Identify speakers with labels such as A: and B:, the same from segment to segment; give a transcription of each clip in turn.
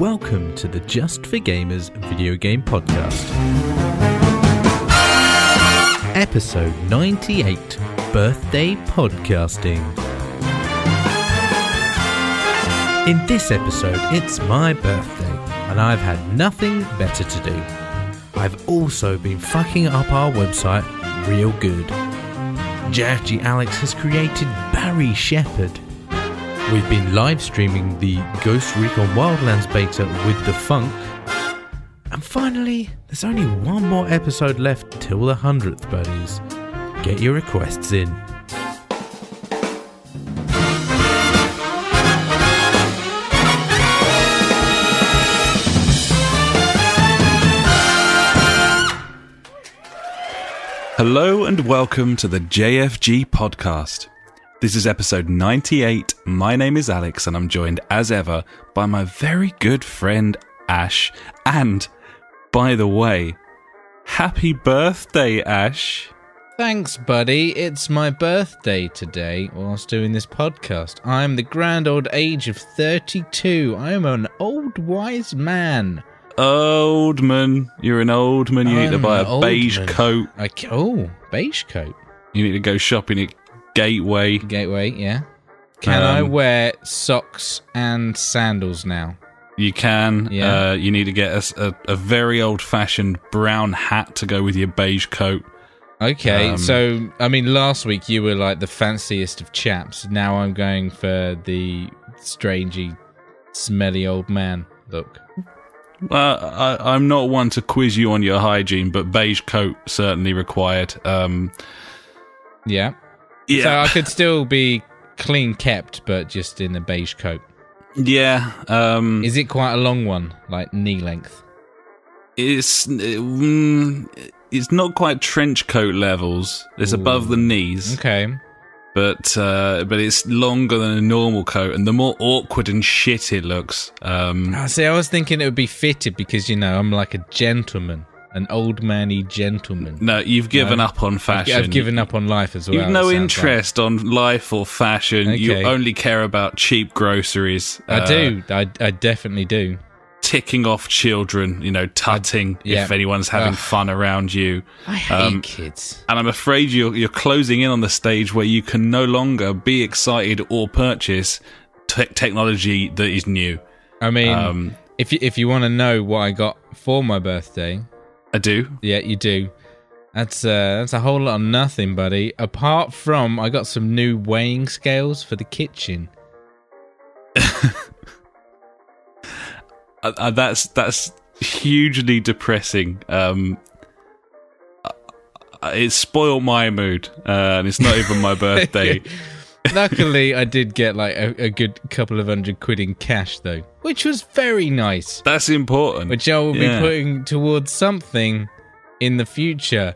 A: Welcome to the Just for Gamers video game podcast. Episode 98 Birthday Podcasting. In this episode, it's my birthday, and I've had nothing better to do. I've also been fucking up our website real good. Jackie Alex has created Barry Shepherd. We've been live streaming the Ghost Recon Wildlands beta with the Funk. And finally, there's only one more episode left till the 100th, buddies. Get your requests in.
B: Hello and welcome to the JFG podcast. This is episode 98. My name is Alex and I'm joined as ever by my very good friend Ash. And by the way, happy birthday, Ash.
A: Thanks, buddy. It's my birthday today whilst doing this podcast. I'm the grand old age of 32. I'm an old wise man.
B: Old man, you're an old man. You need to
A: I'm
B: buy
A: an
B: a
A: old
B: beige
A: man.
B: coat.
A: I c- oh, beige coat.
B: You need to go shopping at Gateway.
A: Gateway, yeah. Can I
B: Um,
A: wear socks and sandals now?
B: You can.
A: Yeah.
B: Uh, you need to get a s- a, a very old fashioned brown hat to go with your beige coat.
A: Okay,
B: Um,
A: so I mean, last week you were like the fanciest of chaps. Now I'm going for the strangey, smelly old man look.
B: Uh, I, I'm not one to quiz you on your hygiene, but beige coat certainly required. Um,
A: Yeah. So
B: yeah,
A: I could still be clean kept, but just in a beige coat.
B: yeah. Um,
A: Is it quite a long one, like knee length?
B: it's mm, it's not quite trench coat levels. It's above the knees,
A: Okay.
B: but uh, but it's longer than a normal coat, and the more awkward and shit it looks. Um,
A: I see. I was thinking it would be fitted because you know I'm like a gentleman, an old manny gentleman.
B: no, you've given up on fashion.
A: I've given up on life as well.
B: You've
A: it
B: no
A: sounds
B: interest on life or fashion. You
A: Okay.
B: only care about cheap groceries.
A: like. I
B: uh,
A: do. I, I definitely do.
B: ticking off children, you know, tutting
A: yeah.
B: if anyone's having
A: Ugh.
B: fun around you.
A: I hate
B: Um,
A: kids.
B: And I'm afraid you're, you're closing in on the stage where you can no longer be excited or purchase te- technology that is new.
A: I mean,
B: Um,
A: if you, if you want to know what I got for my birthday,
B: I do.
A: yeah, you do. That's uh, that's a whole lot of nothing, buddy. Apart from I got some new weighing scales for the kitchen.
B: Uh, uh, that's that's hugely depressing. Um, uh, uh, it spoiled my mood, uh, and it's not even my birthday.
A: Luckily, I did get like a, a good couple of hundred quid in cash though, which was very nice.
B: That's important.
A: Which I will
B: Yeah.
A: be putting towards something in the future.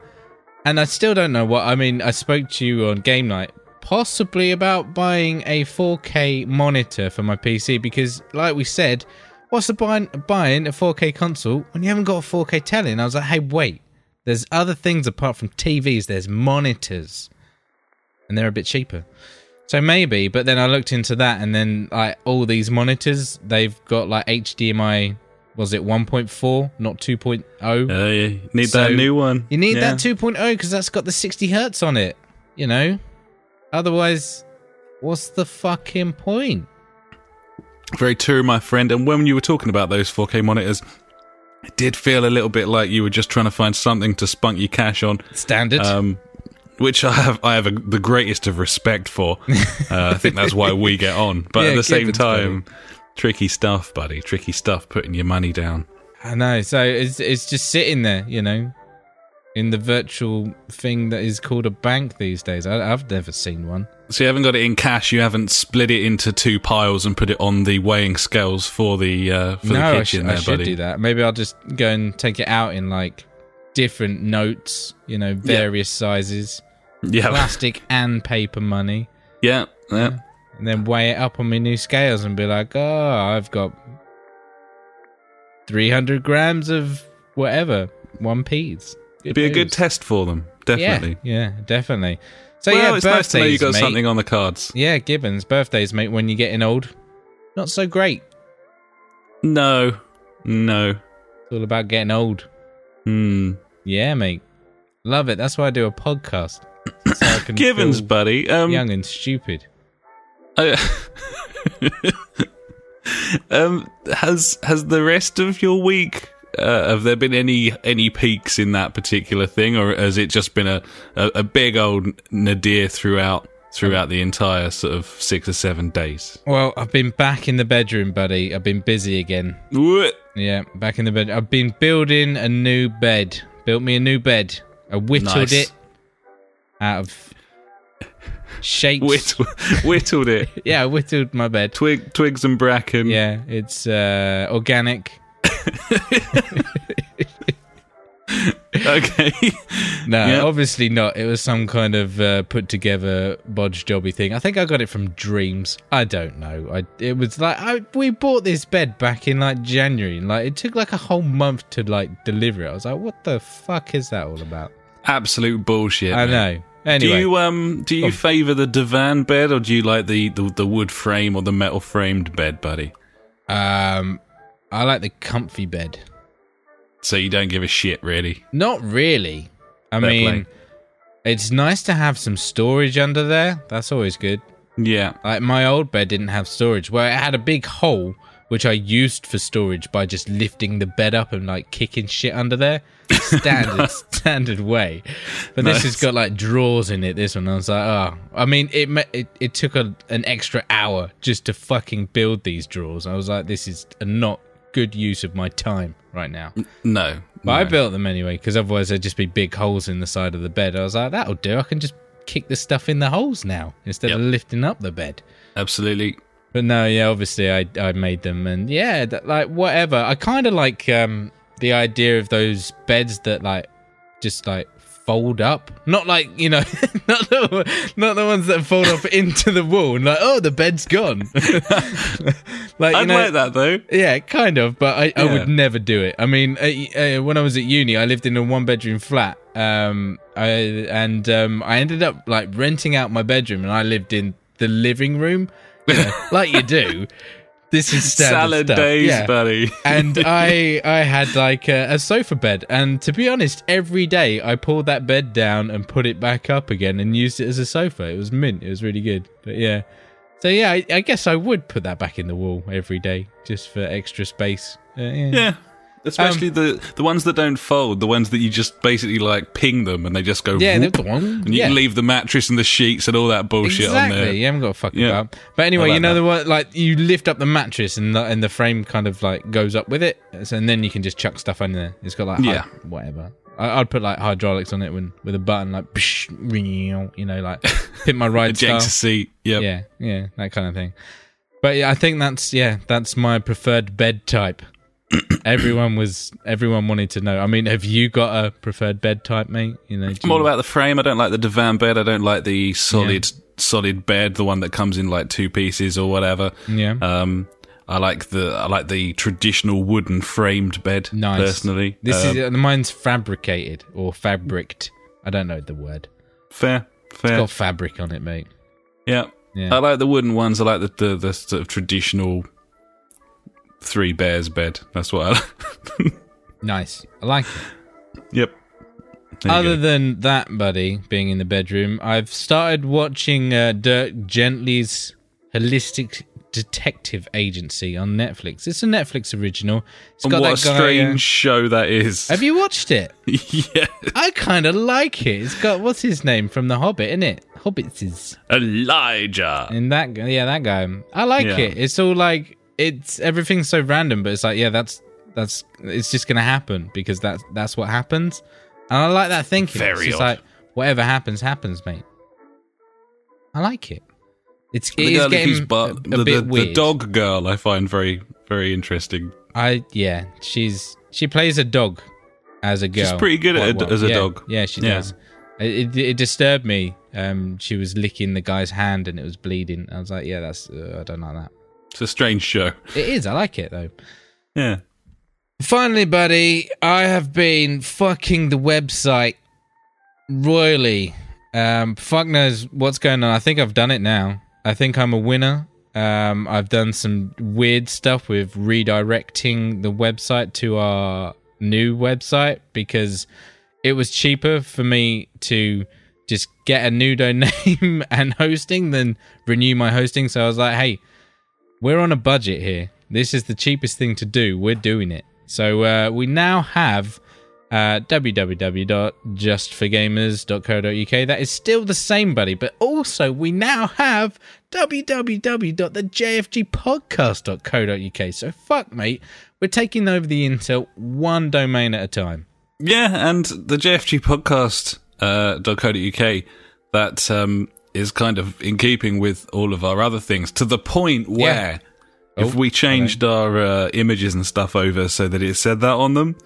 A: And I still don't know what. I mean, I spoke to you on game night, possibly about buying a 4K monitor for my PC because, like we said, what's the buying, buying a 4K console when you haven't got a 4K telly? And I was like, hey, wait, there's other things apart from TVs. There's monitors, and they're a bit cheaper. So maybe, but then I looked into that, and then like all these monitors, they've got like HDMI. Was it 1.4, not 2.0?
B: Uh, you need
A: So,
B: that new one.
A: You need
B: Yeah.
A: that 2.0 because that's got the 60 hertz on it, you know? Otherwise, what's the fucking point?
B: Very true, my friend. And when you were talking about those 4K monitors, it did feel a little bit like you were just trying to find something to spunk your cash on,
A: Standard.
B: um, which I have I have a, the greatest of respect for. Uh, I think that's why we get on. But
A: Yeah,
B: at the same
A: Gibbons,
B: time, tricky stuff, buddy. Tricky stuff. Putting your money down.
A: I know. So it's, it's just sitting there, you know, in the virtual thing that is called a bank these days. I, I've never seen one.
B: So you haven't got it in cash. You haven't split it into two piles and put it on the weighing scales for the uh, for
A: no,
B: the
A: I, sh-
B: kitchen.
A: I
B: there,
A: should
B: buddy.
A: do that. Maybe I'll just go and take it out in like different notes, you know, various sizes,
B: Yeah,
A: plastic and paper money.
B: yeah, yeah.
A: and then weigh it up on my new scales and be like, oh, I've got 300 grams of whatever, one piece.
B: It'd be a good test for them, definitely.
A: Yeah, yeah, definitely. So
B: well,
A: yeah,
B: it's nice to know you
A: birthdays,
B: got
A: mate.
B: something on the cards.
A: Yeah, Gibbons, birthdays, mate. When you're getting old, not so great.
B: No, No.
A: It's all about getting old.
B: Hmm.
A: Yeah, mate. Love it. That's why I do a podcast. So I can
B: Givens,
A: feel
B: buddy. Um,
A: young and stupid.
B: um, has has the rest of your week uh, have there been any any peaks in that particular thing, or has it just been a, a, a big old nadir throughout throughout the entire sort of six or seven days?
A: Well, I've been back in the bedroom, buddy. I've been busy again.
B: Wha-
A: Yeah, back in the bed. I've been building a new bed. Built me a new bed. I whittled
B: Nice.
A: it out of shapes.
B: Whittle, whittled it.
A: yeah, I whittled my bed.
B: Twig, twigs and bracken.
A: Yeah, it's uh, organic.
B: Okay.
A: No,
B: Yeah.
A: obviously not. It was some kind of uh, put together bodge jobby thing. I think I got it from Dreams. I don't know. I it was like I, we bought this bed back in like January, and like it took like a whole month to like deliver it. I was like, what the fuck is that all about?
B: Absolute bullshit.
A: I
B: man.
A: know.
B: Do
A: Anyway,
B: you um do you favour the divan bed or do you like the, the, the wood frame or the metal framed bed, buddy?
A: um, I like the comfy bed.
B: So you don't give a shit really.
A: Not really. I
B: Fair
A: mean,
B: play.
A: it's nice to have some storage under there. That's always good.
B: Yeah.
A: Like my old bed didn't have storage. Well, it had a big hole which I used for storage by just lifting the bed up and like kicking shit under there. Standard standard way. But this has
B: Nice.
A: got like drawers in it. This one, I was like, oh, I mean, it ma- it, it took a, an extra hour just to fucking build these drawers. I was like, this is a not good use of my time right now.
B: No.
A: But I
B: no.
A: built them anyway because otherwise there'd just be big holes in the side of the bed. I was like, that'll do. I can just kick the stuff in the holes now instead of lifting up the bed.
B: Absolutely.
A: But no, yeah, obviously I I made them, and yeah, that, like whatever. I kind of like um the idea of those beds that like just like fold up, not like you know, not the not the ones that fold up into the wall and like oh the bed's gone. like you
B: I'd
A: know,
B: like that though.
A: yeah, kind of, but I, I
B: Yeah.
A: would never do it. I mean, uh, uh, when I was at uni, I lived in a one bedroom flat. Um, I, and um, I ended up like renting out my bedroom, and I lived in the living room, you know, like you do. This is standard
B: Salad
A: stuff.
B: days,
A: yeah.
B: buddy.
A: and I, I had like a, a sofa bed, and to be honest, every day I pulled that bed down and put it back up again, and used it as a sofa. It was mint. It was really good. But yeah, so yeah, I, I guess I would put that back in the wall every day just for extra space. Uh, yeah.
B: Yeah. Especially
A: Um,
B: the the ones that don't fold, the ones that you just basically like ping them and they just go
A: Yeah,
B: whoop,
A: the one.
B: and you
A: yeah.
B: can leave the mattress and the sheets and all that bullshit
A: exactly.
B: on there.
A: You haven't got a fuck
B: Yeah.
A: about. But anyway,
B: like
A: you know
B: that.
A: the one like you lift up the mattress and the, and the frame kind of like goes up with it, so, and then you can just chuck stuff under there. It's got like hy-
B: Yeah.
A: whatever. I, I'd put like hydraulics on it when with a button like psh, ring, you know like pin my
B: A
A: ride
B: jank
A: style.
B: to seat. Yep.
A: Yeah, yeah, that kind of thing. But yeah, I think that's yeah, that's my preferred bed type. everyone was everyone wanted to know. I mean, have you got a preferred bed type, mate? You know, do
B: I'm
A: you-
B: all about the frame. I don't like the divan bed. I don't like the solid solid bed, the one that comes in like two pieces or whatever.
A: yeah.
B: Um, I like the I like the traditional wooden framed bed.
A: Nice.
B: Personally,
A: This
B: Um,
A: is mine's fabricated or fabriced. I don't know the word.
B: fair, fair.
A: Got fabric on it, mate.
B: yeah.
A: Yeah.
B: I like the wooden ones. I like the the, the sort of traditional three bears bed. That's what. I like.
A: Nice. I like it.
B: yep. There you
A: Other
B: go.
A: than that, buddy, being in the bedroom, I've started watching uh, Dirk Gently's Holistic Detective Agency on Netflix. It's a Netflix original. It's got
B: what a
A: that guy. uh,
B: strange show that is.
A: have you watched it?
B: yeah,
A: I kind of like it. It's got what's his name from The Hobbit, isn't it? Hobbits is.
B: Elijah.
A: And that, gu- yeah, that guy. I like
B: Yeah.
A: it. It's all like it's everything's so random, but it's like, yeah, that's that's it's just gonna happen because that's that's what happens. And I like that thinking.
B: Very
A: it's just
B: odd.
A: like whatever happens, happens, mate. I like it. It's it
B: the
A: is
B: girl who keeps
A: getting
B: bar-
A: a, a
B: the, the-
A: bit
B: the
A: weird.
B: dog girl I find very very interesting.
A: I yeah, she's she plays a dog as a girl.
B: She's pretty good at a
A: Quite
B: d-
A: well.
B: as a
A: Yeah,
B: dog.
A: Yeah, she
B: Yeah.
A: does. It, it, it disturbed me. Um, she was licking the guy's hand and it was bleeding. I was like, yeah, that's uh, I don't like that.
B: It's a strange show.
A: It is. I like it though.
B: Yeah.
A: Finally, buddy, I have been fucking the website royally. Um, fuck knows what's going on. I think I've done it now. I think I'm a winner. Um, I've done some weird stuff with redirecting the website to our new website because it was cheaper for me to just get a new domain and hosting than renew my hosting. So I was like, hey, we're on a budget here. This is the cheapest thing to do. We're doing it. So uh, we now have uh, www.justforgamers.co.uk. That is still the same, buddy. But also, we now have www.thejfgpodcast.co.uk. So fuck, mate. We're taking over the internet one domain at a time.
B: Yeah, and the JFG podcast uh, .co.uk that um, is kind of in keeping with all of our other things to the point where if
A: Oh,
B: we changed our uh, images and stuff over so that it said that on them,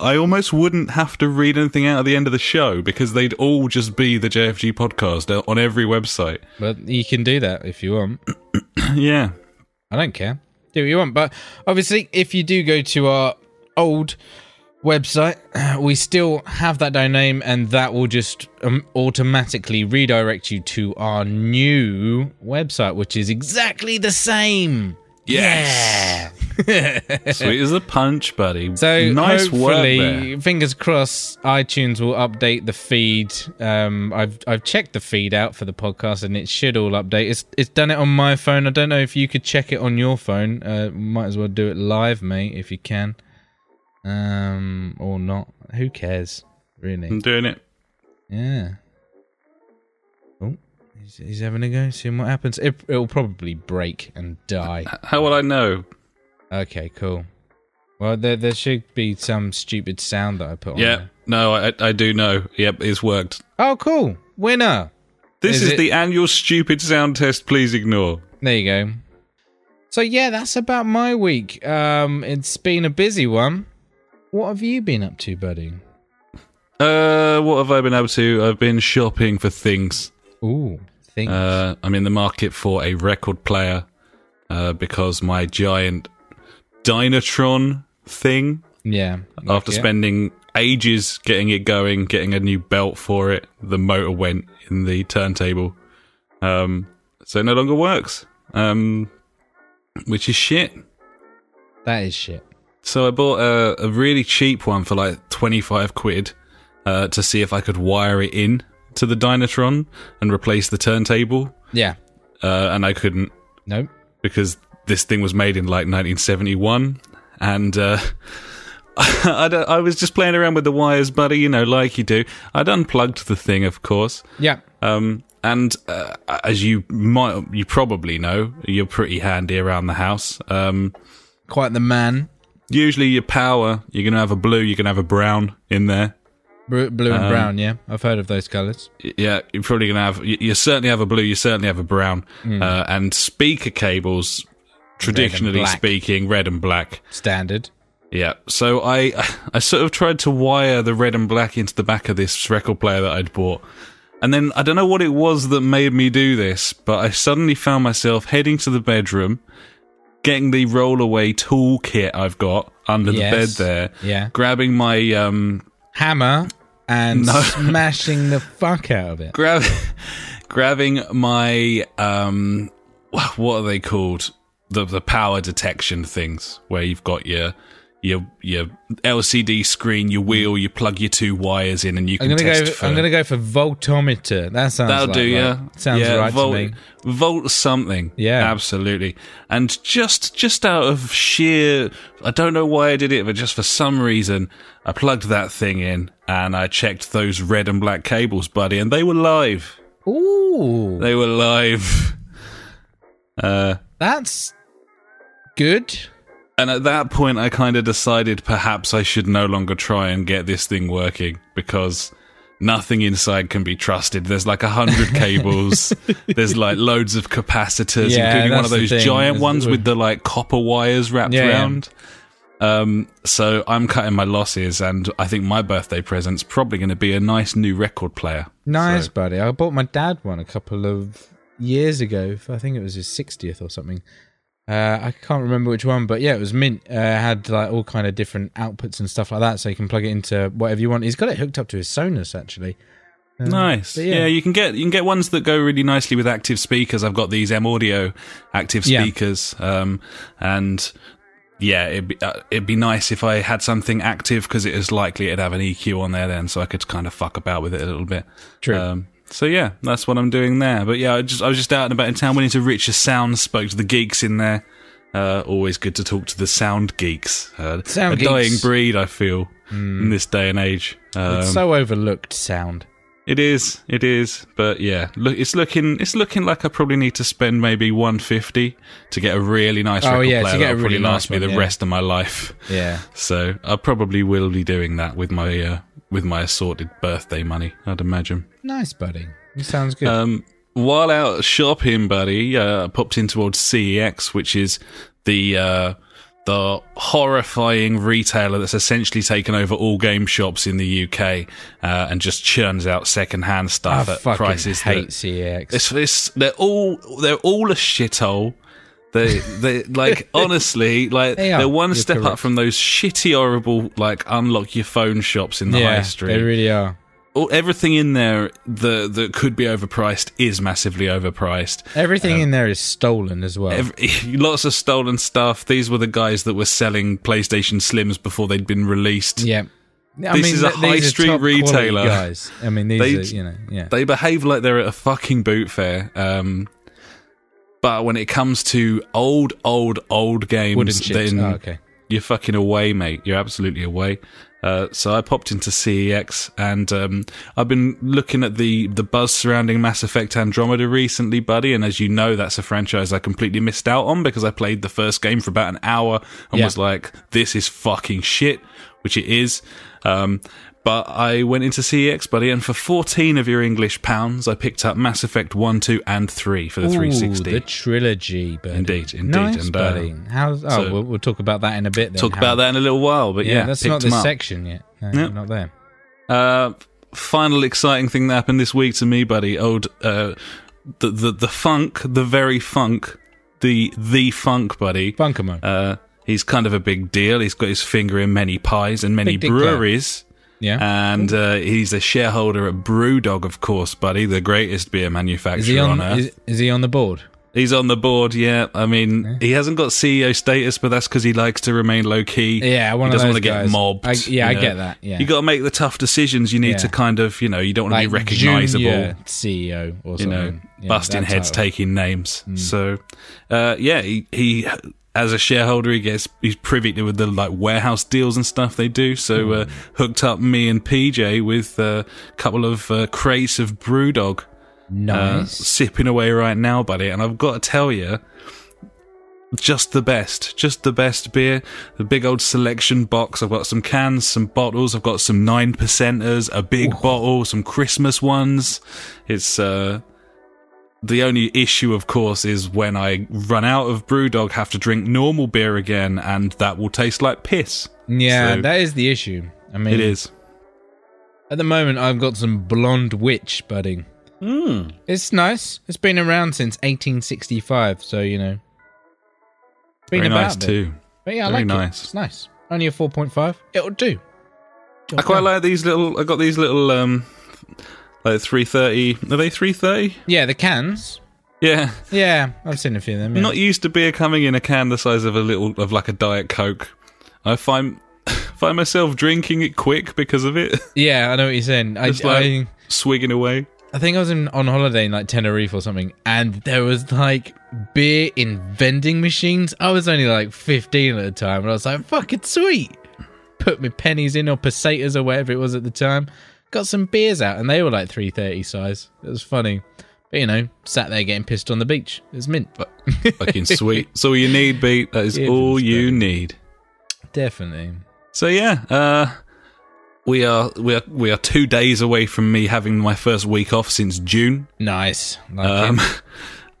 B: I almost wouldn't have to read anything out at the end of the show because they'd all just be the JFG podcast uh, on every website.
A: But you can do that if you want.
B: yeah.
A: I don't care. Do what you want. But obviously, if you do go to our old website, we still have that domain, and that will just um, automatically redirect you to our new website, which is exactly the same.
B: Yes. Sweet as a punch, buddy.
A: So
B: nice work there.
A: hopefully, fingers crossed, iTunes will update the feed. Um, I've I've checked the feed out for the podcast, and it should all update. It's it's done it on my phone. I don't know if you could check it on your phone. Uh, might as well do it live, mate, if you can, um, or not. Who cares,
B: I'm
A: really?
B: doing it.
A: Yeah. Oh, he's, he's having a go. Seeing what happens. It it'll probably break and die.
B: How will I know?
A: Okay, cool. Well, there there should be some stupid sound that I put on.
B: Yeah.
A: there.
B: No, I, I do know. Yep, it's worked.
A: Oh, cool. Winner.
B: This
A: Is
B: is,
A: it-
B: the annual stupid sound test. Please ignore.
A: There you go. So yeah, that's about my week. Um, it's been a busy one. What have you been up to, buddy?
B: Uh, what have I been up to? I've been shopping for things.
A: Ooh, think.
B: Uh, I'm in the market for a record player uh, because my giant Dynatron thing,
A: yeah.
B: after
A: yeah.
B: spending ages getting it going, getting a new belt for it, the motor went in the turntable. Um, so it no longer works, um, which is shit.
A: That is shit.
B: So I bought a, a really cheap one for like 25 quid uh, to see if I could wire it in to the Dynatron and replace the turntable.
A: Yeah.
B: Uh, and I couldn't
A: Nope.
B: because this thing was made in like 1971. And uh, I, don't- I was just playing around with the wires, buddy, you know, like you do. I'd unplugged the thing, of course.
A: Yeah.
B: Um, and uh, as you might, you probably know, you're pretty handy around the house. Um,
A: Quite the man.
B: usually your power you're going to have a blue you're going to have a brown in there
A: Bru- Blue
B: Um,
A: and brown. Yeah, I've heard of those colours.
B: Y- yeah you're probably going to have you, you certainly have a blue you certainly have a brown uh, and speaker cables traditionally
A: black.
B: speaking red and black
A: Standard.
B: yeah so i i sort of tried to wire the red and black into the back of this record player that i'd bought and then i don't know what it was that made me do this but i suddenly found myself heading to the bedroom getting the rollaway tool kit i've got under
A: Yes.
B: the bed there
A: Yeah.
B: grabbing my um
A: Hammer and smashing the fuck out of it.
B: grab grabbing my um wha- what are they called the the power detection things where you've got your your your LCD screen your wheel you plug your two wires in and you
A: I'm
B: can
A: gonna
B: test
A: go.
B: for
A: I'm gonna go for voltometer. That sounds.
B: That'll
A: like
B: do,
A: right.
B: yeah.
A: Sounds
B: yeah,
A: right
B: volt,
A: to me.
B: Volt something,
A: Yeah.
B: absolutely. And just just out of sheer, I don't know why I did it, but just for some reason, I plugged that thing in and I checked those red and black cables, buddy, and they were live.
A: Ooh,
B: They were live. Uh,
A: that's good.
B: and at that point, I kind of decided perhaps I should no longer try and get this thing working because nothing inside can be trusted. There's like a hundred cables. There's like loads of capacitors,
A: Yeah,
B: including one
A: that's
B: of
A: the
B: those
A: thing,
B: giant
A: is-
B: ones with the like copper wires wrapped
A: Yeah, yeah.
B: around. Um, so I'm cutting my losses, and I think my birthday present's probably going to be a nice new record player.
A: Nice,
B: So-
A: buddy. I bought my dad one a couple of years ago. for- I think it was his 60th or something. Uh, I can't remember which one, but yeah, it was mint. Uh, had like all kind of different outputs and stuff like that, so you can plug it into whatever you want. He's got it hooked up to his Sonos actually, Um,
B: nice.
A: but
B: Yeah. you can get you can get ones that go really nicely with active speakers. I've got these M Audio active
A: Yeah.
B: speakers, um, and yeah, it'd be, uh, it'd be nice if I had something active because it is likely it'd have an EQ on there then, so I could kind of fuck about with it a little bit.
A: True.
B: Um, so yeah, that's what I'm doing there. But yeah, I just I was just out and about in town. Went into Richer Sound, spoke to the geeks in there. Uh, always good to talk to the sound geeks. Uh,
A: Sound
B: a
A: geeks. Hmm.
B: dying breed, I feel, in this day and age. Um,
A: it's so overlooked sound.
B: it is, it is, but yeah, look, it's looking, it's looking like I probably need to spend maybe one fifty to get a really nice
A: Oh,
B: record
A: yeah, to
B: player
A: get
B: that'll
A: a
B: probably
A: really
B: last
A: nice
B: me
A: one,
B: the
A: yeah.
B: rest of my life.
A: Yeah.
B: So I probably will be doing that with my uh, with my assorted birthday money, I'd imagine.
A: Nice, buddy. It sounds good.
B: Um, while out shopping, buddy, uh, I popped in towards CEX, which is the uh, the horrifying retailer that's essentially taken over all game shops in the UK uh, and just churns out secondhand
A: I
B: stuff at
A: fucking
B: prices
A: hate
B: that
A: CX.
B: it's, it's, they're all they're all a shithole. They they like honestly like
A: They
B: they
A: are.
B: are one
A: You're
B: step up
A: correct.
B: from those shitty horrible like unlock your phone shops in the
A: yeah,
B: high street
A: they really are.
B: all, everything in there that that could be overpriced is massively overpriced.
A: Everything
B: Um,
A: in there is stolen as well.
B: Every, lots of stolen stuff. These were the guys that were selling PlayStation Slims before they'd been released.
A: yeah. I
B: This is a
A: th- these
B: high
A: are
B: street
A: top quality
B: retailer.
A: Guys. I mean, these
B: They-
A: are, you know, yeah.
B: They behave like they're at a fucking boot fair. Um, but when it comes to old, old, old
A: Wooden
B: games,
A: chips.
B: then
A: Oh, okay.
B: you're fucking away, mate. You're absolutely away. Uh, so I popped into CEX and um, I've been looking at the the buzz surrounding Mass Effect Andromeda recently, buddy. And as you know, that's a franchise I completely missed out on because I played the first game for about an hour and
A: Yeah.
B: was like, "This is fucking shit," which it is. Um, but I went into CEX, buddy, and for 14 of your English pounds, I picked up Mass Effect 1, 2, and 3 for the
A: Ooh,
B: 360.
A: the trilogy, buddy.
B: Indeed, indeed,
A: Nice,
B: and, uh,
A: buddy. How? Oh,
B: so-
A: we'll, we'll talk about that in a bit. Then.
B: Talk
A: how-
B: about that in a little while, but yeah,
A: Yeah, that's
B: picked
A: not
B: 'em
A: this
B: up.
A: section yet. No,
B: Nope.
A: Not there.
B: Uh, final exciting thing that happened this week to me, buddy. Old uh, the the the funk, the very funk, the the funk, buddy.
A: Bunker mode.
B: Uh, he's kind of a big deal. He's got his finger in many pies and many
A: Big dick guy.
B: breweries.
A: yeah.
B: And uh, he's a shareholder at BrewDog, of course, buddy, the greatest beer manufacturer
A: is he on?
B: earth.
A: Is, is he on the board?
B: he's on the board, yeah. I mean, he hasn't got CEO status, but that's because he likes to remain low key.
A: Yeah, one
B: he
A: of
B: doesn't
A: those
B: want to get
A: guys.
B: mobbed.
A: I,
B: you
A: yeah, I
B: know?
A: get that. Yeah.
B: You got to make the tough decisions. You need
A: Yeah.
B: to kind of, you know, you don't want to be recognizable.
A: junior CEO or
B: You
A: something.
B: know,
A: Yeah,
B: busting
A: that
B: heads,
A: title. Hmm.
B: taking names. So, uh, yeah, he, he as a shareholder, he gets he's privy to the like warehouse deals and stuff they do. So,
A: Hmm.
B: uh, hooked up me and PJ with uh, a couple of uh, crates of BrewDog, uh,
A: Nice.
B: sipping away right now, buddy. And I've got to tell you. Just the best, just the best beer. The big old selection box. I've got some cans, some bottles. I've got some nine percenters, a big bottle, some Christmas ones. It's uh, the only issue, of course, is when I run out of BrewDog, have to drink normal beer again, and that will taste like piss.
A: yeah,
B: so-
A: that is the issue. I mean,
B: It is.
A: At the moment, I've got some blonde witch budding.
B: Hmm.
A: It's nice. It's been around since 1865, so you know. It's been
B: Very
A: about
B: nice
A: it.
B: too.
A: But yeah, I
B: Very
A: like
B: nice.
A: it. It's nice. Only a 4.5. It'll do.
B: I quite like these little. I got these little um, like three thirty. Are they three thirty?
A: Yeah, the cans.
B: Yeah.
A: Yeah, I've seen a few of them. yeah.
B: I'm not used to beer coming in a can the size of a little of like a diet coke. I find find myself drinking it quick because of it,
A: yeah, I know what you're saying. I,
B: Just like-
A: I,
B: swigging away.
A: I think I was in, on holiday in like Tenerife or something, and there was like beer in vending machines. I was only like 15 at the time, and I was like, fucking sweet. Put my pennies in or pesetas or whatever it was at the time. Got some beers out, and they were like 330 size. It was funny. But you know, sat there getting pissed on the beach. It was mint.
B: Fucking sweet. That's all you need, beat. That is
A: Yeah,
B: all
A: it's
B: you need.
A: Definitely.
B: So yeah, uh, we are we are we are two days away from me having my first week off since June.
A: Nice. Like it.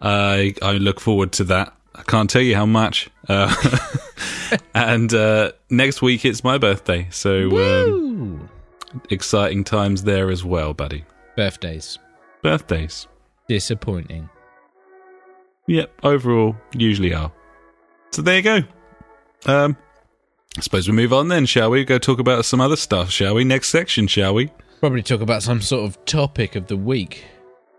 B: Um, I I look forward to that. I can't tell you how much. Uh, and uh, next week it's my birthday, so um,
A: Ooh.
B: exciting times there as well, buddy.
A: Birthdays.
B: Birthdays,
A: Disappointing.
B: yep. Overall, usually are. So there you go. Um, I suppose we move on then, shall we? Go talk about some other stuff, shall we? Next section, shall we?
A: Probably talk about some sort of topic of the week.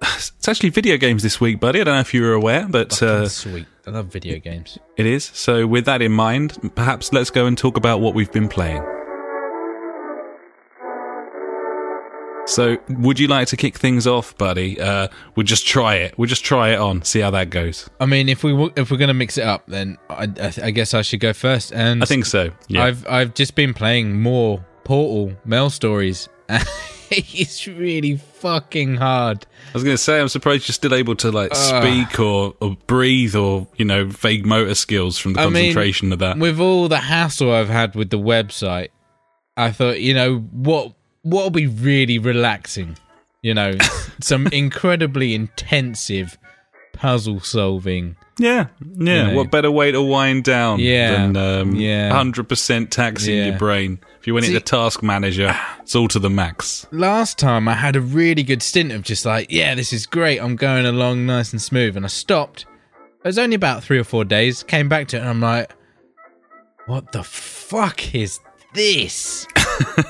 B: It's actually video games this week, buddy. I don't know if you were aware, but
A: Fucking
B: uh,
A: sweet. I love video games.
B: it is. So, with that in mind, perhaps let's go and talk about what we've been playing. So, would you like to kick things off, buddy? Uh, we'll just try it. We'll just try it on, see how that goes.
A: I mean, if we w- if we're gonna mix it up, then I, I, th- I guess I should go first. And
B: I think so. Yeah.
A: I've I've just been playing more Portal Mail Stories. it's really fucking hard.
B: I was going to say, I'm surprised you're still able to like
A: Ah.
B: speak or, or breathe or you know vague motor skills from the
A: I mean,
B: concentration of that.
A: With all the hassle I've had with the website, I thought, you know, what what will be really relaxing? You know, some incredibly intensive puzzle solving.
B: yeah, yeah.
A: know.
B: What better way to wind down
A: Yeah,
B: than um,
A: yeah.
B: 100% taxing
A: Yeah.
B: your brain? If you went into Task Manager, it's all to the max.
A: last time I had a really good stint of just like, yeah, this is great. I'm going along nice and smooth. And I stopped. It was only about three or four days. Came back to it and I'm like, what the fuck is this?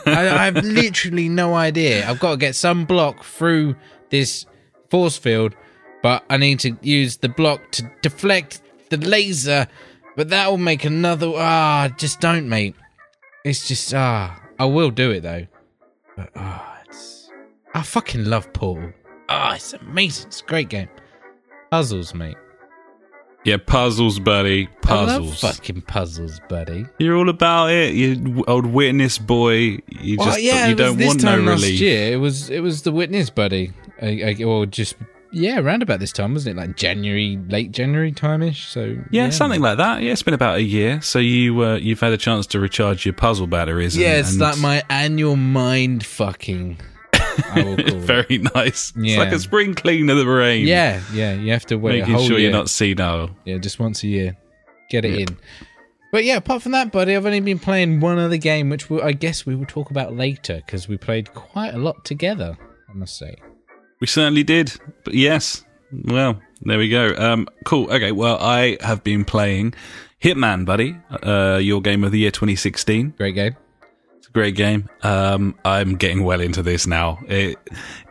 A: I, I have literally no idea. I've got to get some block through this force field, but I need to use the block to deflect the laser. But that will make another. Ah, just don't, mate. It's just ah. I will do it though. But ah, it's I fucking love Portal. Ah, it's amazing. It's a great game. Puzzles, mate.
B: Yeah, puzzles, buddy. Puzzles.
A: I love fucking puzzles, buddy.
B: You're all about it. You old witness boy. You just
A: Well, Oh, yeah,
B: you
A: it was
B: don't
A: this
B: want
A: time
B: no
A: last
B: relief.
A: year. It was it was the witness, buddy. I, I, or just yeah, around about this time, wasn't it? Like January, late January time ish. So
B: Yeah, something like that. Yeah, it's been about a year, so you uh, you've had a chance to recharge your puzzle batteries. and-
A: Yeah, it's
B: and-
A: like my annual mind fucking. I will call it.
B: Very nice. It's
A: Yeah.
B: like a spring clean of the brain.
A: Yeah, Oh, yeah. You have to wait a
B: Making
A: whole
B: sure
A: year.
B: you're not senile.
A: Yeah, just once a year. Get it in. But yeah, apart from that, buddy, I've only been playing one other game, which we I guess we will talk about later because we played quite a lot together. I must say.
B: We certainly did. But yes. Well, there we go. Um, cool. Okay. Well, I have been playing Hitman, buddy. Uh, your game of the year 2016.
A: Great game.
B: It's a great game. Um, I'm getting well into this now. It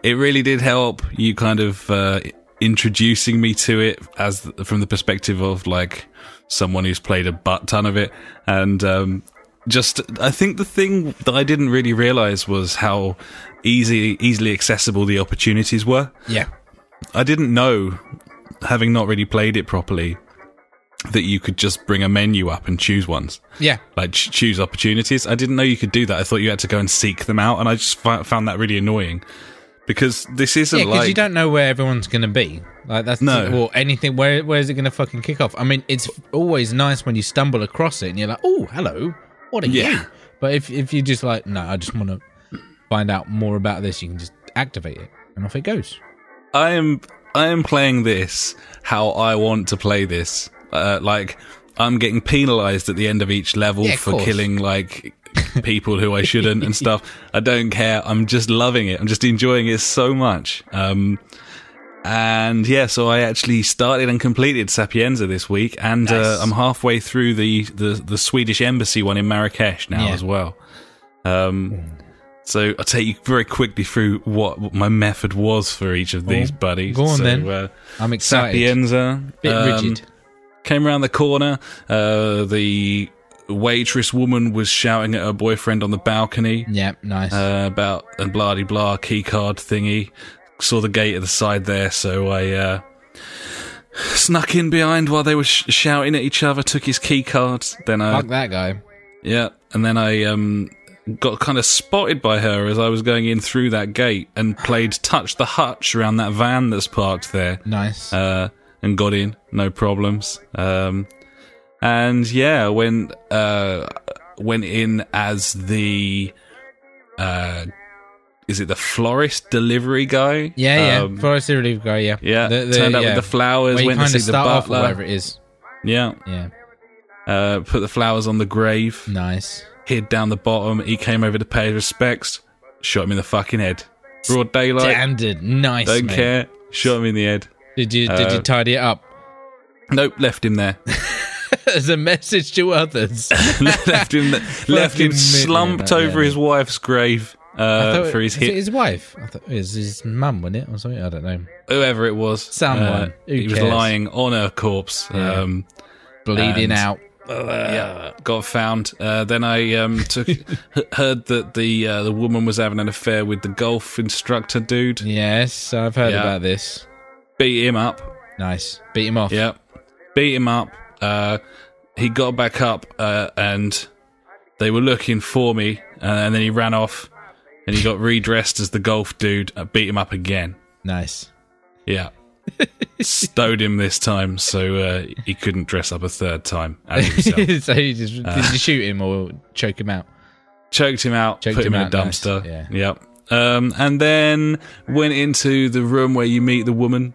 B: it really did help you kind of uh, introducing me to it as th- from the perspective of like someone who's played a butt ton of it, and um, just I think the thing that I didn't really realize was how easy easily accessible the opportunities were.
A: Yeah.
B: I didn't know, having not really played it properly, that you could just bring a menu up and choose ones
A: Yeah.
B: like ch- choose opportunities. I didn't know you could do that. I thought you had to go and seek them out, and I just fi- found that really annoying because this isn't
A: Yeah, because
B: like
A: you don't know where everyone's going to be. Like that's
B: No.
A: or anything. Where where is it going to fucking kick off? I mean, it's always nice when you stumble across it and you're like, oh, hello, what are you?
B: Yeah.
A: But if if you're just like, no, I just want to find out more about this, you can just activate it and off it goes.
B: I am I am playing this how I want to play this. Uh, like I'm getting penalized at the end of each level
A: Yeah, of
B: for
A: course.
B: killing like people who I shouldn't and stuff. I don't care. I'm just loving it. I'm just enjoying it so much. Um and yeah, so I actually started and completed Sapienza this week, and uh,
A: Nice.
B: I'm halfway through the, the the Swedish embassy one in Marrakesh now
A: Yeah.
B: as well. So I'll take you very quickly through what, what my method was for each of these
A: Oh,
B: buddies.
A: go on
B: So,
A: then.
B: Uh,
A: I'm excited.
B: Sapienza.
A: Bit
B: um,
A: rigid.
B: Came around the corner. Uh, the waitress woman was shouting at her boyfriend on the balcony
A: Yeah, nice.
B: uh, about a blah de blah key card thingy. Saw the gate at the side there, so I uh, snuck in behind while they were sh- shouting at each other. Took his key card. Then I
A: Fuck that guy.
B: yeah, and then I um got kind of spotted by her as I was going in through that gate and played touch the hutch around that van that's parked there.
A: Nice.
B: Uh and got in, no problems. Um and yeah, when uh went in as the uh is it the florist delivery guy?
A: yeah, yeah.
B: Um,
A: Forest Relief guy. Yeah.
B: yeah,
A: The- the-
B: turned up
A: yeah.
B: with the flowers,
A: Where you
B: went to
A: kind
B: see
A: of
B: the
A: start off or whatever
B: butler.
A: it is.
B: Yeah,
A: Yeah.
B: uh, put the flowers on the grave.
A: Mm. Nice.
B: hid down the bottom. He came over to pay his respects. Shot him in the fucking head. Broad daylight.
A: Standard. Nice.
B: don't
A: mate.
B: care. Shot him in the head.
A: Did you did you
B: Uh,
A: tidy it up?
B: Nope, left him there.
A: As a message to others.
B: Uh, left him. Left him
A: Fucking
B: slumped
A: midnight,
B: over
A: yeah.
B: his wife's grave.
A: I
B: uh,
A: thought
B: for his
A: was it
B: hit,
A: his wife. I thought it was his mum, wasn't it, or something? I don't know.
B: whoever it was.
A: Someone.
B: uh,
A: Who
B: he was
A: cares?
B: lying on her corpse.
A: Yeah.
B: Um,
A: Bleeding
B: And-
A: out.
B: yeah, got found. Uh, then I um, took h- heard that the uh, the woman was having an affair with the golf instructor dude.
A: Yes, I've heard
B: Yeah.
A: about this.
B: Beat him up.
A: Nice. Beat him off.
B: Yeah, beat him up. Uh, he got back up, uh, and they were looking for me. Uh, and then he ran off, and he got redressed as the golf dude. I beat him up again.
A: Nice.
B: Yeah. Stowed him this time, so uh, he couldn't dress up a third time as himself. Uh.
A: so you just did you shoot him or choke him out?
B: choked him out,
A: Choked
B: put him,
A: him
B: in
A: out,
B: a
A: nice.
B: dumpster.
A: Yeah.
B: Yep. Um, and then went into the room where you meet the woman.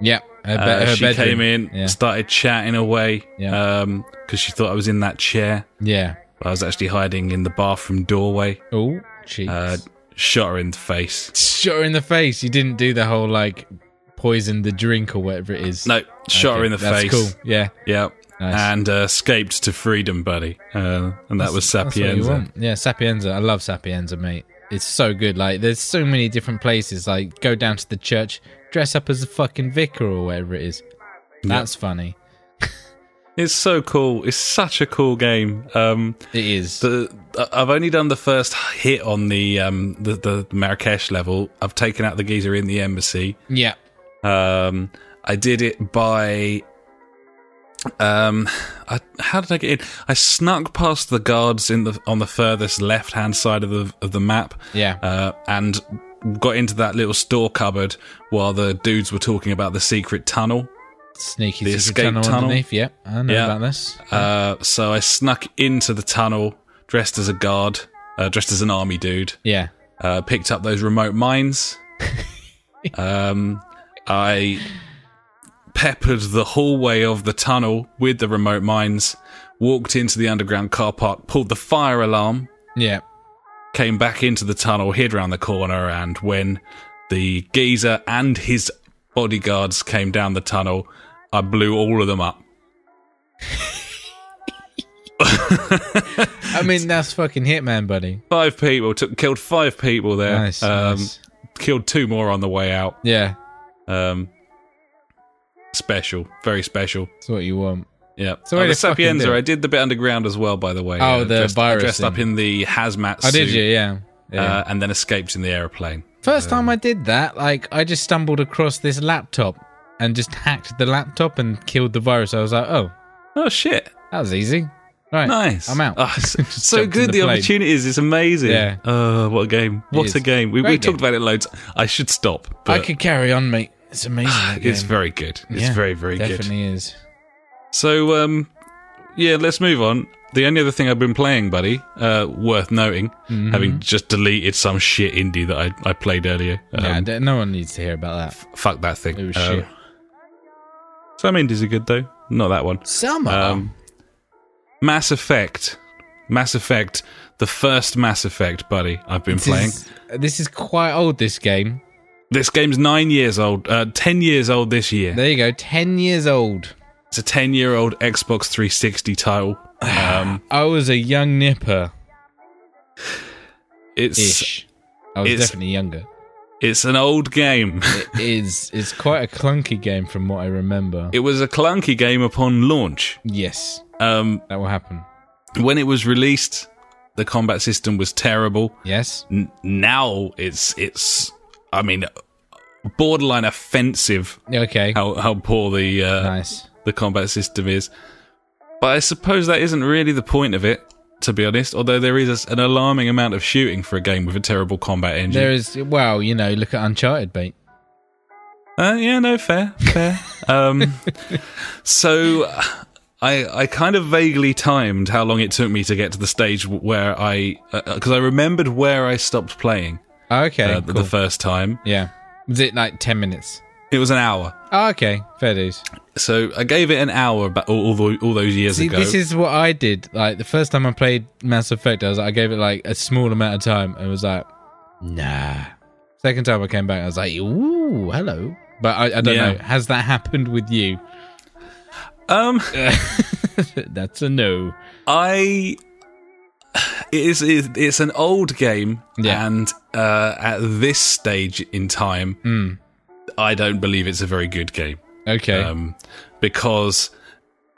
A: Yeah. Her, be-
B: Uh,
A: her
B: she
A: bedroom.
B: came in,
A: Yeah.
B: started chatting away because
A: Yeah.
B: she thought I was in that chair.
A: Yeah.
B: I was actually hiding in the bathroom doorway.
A: Oh, cheeks.
B: Uh, shot her in the face.
A: Shot her in the face. You didn't do the whole like poison the drink or whatever it is.
B: No, shot her
A: Okay,
B: in the
A: that's
B: face.
A: cool. Yeah.
B: Yep.
A: Nice.
B: And uh, escaped to freedom, buddy. Uh, and that was
A: That's what you
B: Sapienza.
A: want. Yeah, Sapienza. I love Sapienza, mate. It's so good. Like, there's so many different places. Like, go down to the church, dress up as a fucking vicar or whatever it is. That's funny.
B: It's so cool. It's such a cool game. Um,
A: It is.
B: the I- I've only done the first hit on the um the, the Marrakesh level. I've taken out the geezer in the embassy.
A: yeah.
B: Um, I did it by um, I, how did I get in? I snuck past the guards in the on the furthest left hand side of the of the map.
A: Yeah.
B: Uh, and got into that little store cupboard while the dudes were talking about the secret tunnel.
A: Sneaky
B: the
A: secret
B: escape
A: tunnel,
B: tunnel.
A: underneath. Yeah. I know
B: Yeah.
A: about this.
B: Uh, so I snuck into the tunnel dressed as a guard, uh, dressed as an army dude.
A: Yeah.
B: uh, picked up those remote mines. um, I peppered the hallway of the tunnel with the remote mines, walked into the underground car park, pulled the fire alarm,
A: Yeah.
B: came back into the tunnel, hid around the corner, and when the geezer and his bodyguards came down the tunnel, I blew all of them up.
A: I mean, that's fucking Hitman, buddy.
B: Five people took killed five people there.
A: Nice.
B: um,
A: nice.
B: Killed two more on the way out.
A: Yeah.
B: Um, special, very special.
A: That's what you want.
B: Yeah. So
A: So where
B: oh,
A: they
B: the
A: fucking do
B: Sapienza,
A: it?
B: I did the bit underground as well, by the way. uh,
A: Oh, the
B: dressed,
A: virus
B: dressed up
A: thing.
B: in the hazmat
A: Oh,
B: suit.
A: did you? Yeah. yeah.
B: Uh, and then escaped in the aeroplane.
A: First time I did that, like I just stumbled across this laptop and just hacked the laptop and killed the virus. I was like, oh,
B: Oh shit!
A: that was easy. Right,
B: Nice.
A: I'm out.
B: Oh, it's so
A: jumped in
B: good.
A: the
B: The,
A: plane.
B: opportunities. It's amazing.
A: Yeah.
B: Oh, what a game! What
A: is.
B: a game! We, we
A: Great game.
B: talked about it loads. I should stop.
A: I
B: But
A: could carry on, mate. It's amazing. that
B: It's
A: game.
B: very good. It's
A: Yeah,
B: very very good.
A: definitely is.
B: So um, yeah, let's move on. The only other thing I've been playing, buddy, uh, worth noting,
A: Mm-hmm.
B: having just deleted some shit indie that I, I played earlier. Um,
A: yeah, d- no one needs to hear about that.
B: fuck that thing.
A: It was
B: Uh,
A: shit.
B: Some indies are good though. Not that one.
A: Summer.
B: Um, Mass Effect. Mass Effect. The first Mass Effect, buddy. I've been
A: this
B: playing.
A: is, this is quite old. This game.
B: This game's nine years old. Uh, ten years old this year.
A: There you go. Ten years old.
B: It's a ten-year-old Xbox 360 title. Um,
A: I was a young nipper
B: it's
A: ish. I was
B: it's-
A: definitely younger.
B: it's an old game.
A: It is. It's quite a clunky game from what I remember.
B: it was a clunky game upon launch.
A: yes,
B: Um,
A: that will happen.
B: when it was released, the combat system was terrible.
A: Yes.
B: N- now it's it's I mean borderline offensive
A: Okay.
B: how how poor the uh,
A: nice.
B: the combat system is. But I suppose that isn't really the point of it, to be honest. Although there is a s an alarming amount of shooting for a game with a terrible combat engine.
A: There is well, you know, look at Uncharted, mate.
B: Uh, yeah, no, fair, fair. um, so uh, I I kind of vaguely timed how long it took me to get to the stage w- where I because I remembered where I stopped playing
A: Ah, Okay,
B: uh,
A: cool.
B: the first time.
A: yeah. Was it like ten minutes?
B: It was an hour.
A: Oh, okay, fair dues.
B: So I gave it an hour about all, all, tho- all those years
A: See,
B: ago.
A: this is what I did. Like the first time I played Mass Effect, I was like, I gave it like a small amount of time and was like, nah. Second time I came back, I was like, ooh, hello. But I, I don't
B: Yeah.
A: know. Has that happened with you?
B: um,
A: That's a no.
B: I it is it- it's an old game,
A: Yeah.
B: and uh, at this stage in time,
A: Hmm.
B: I don't believe it's a very good game
A: Okay.
B: um, because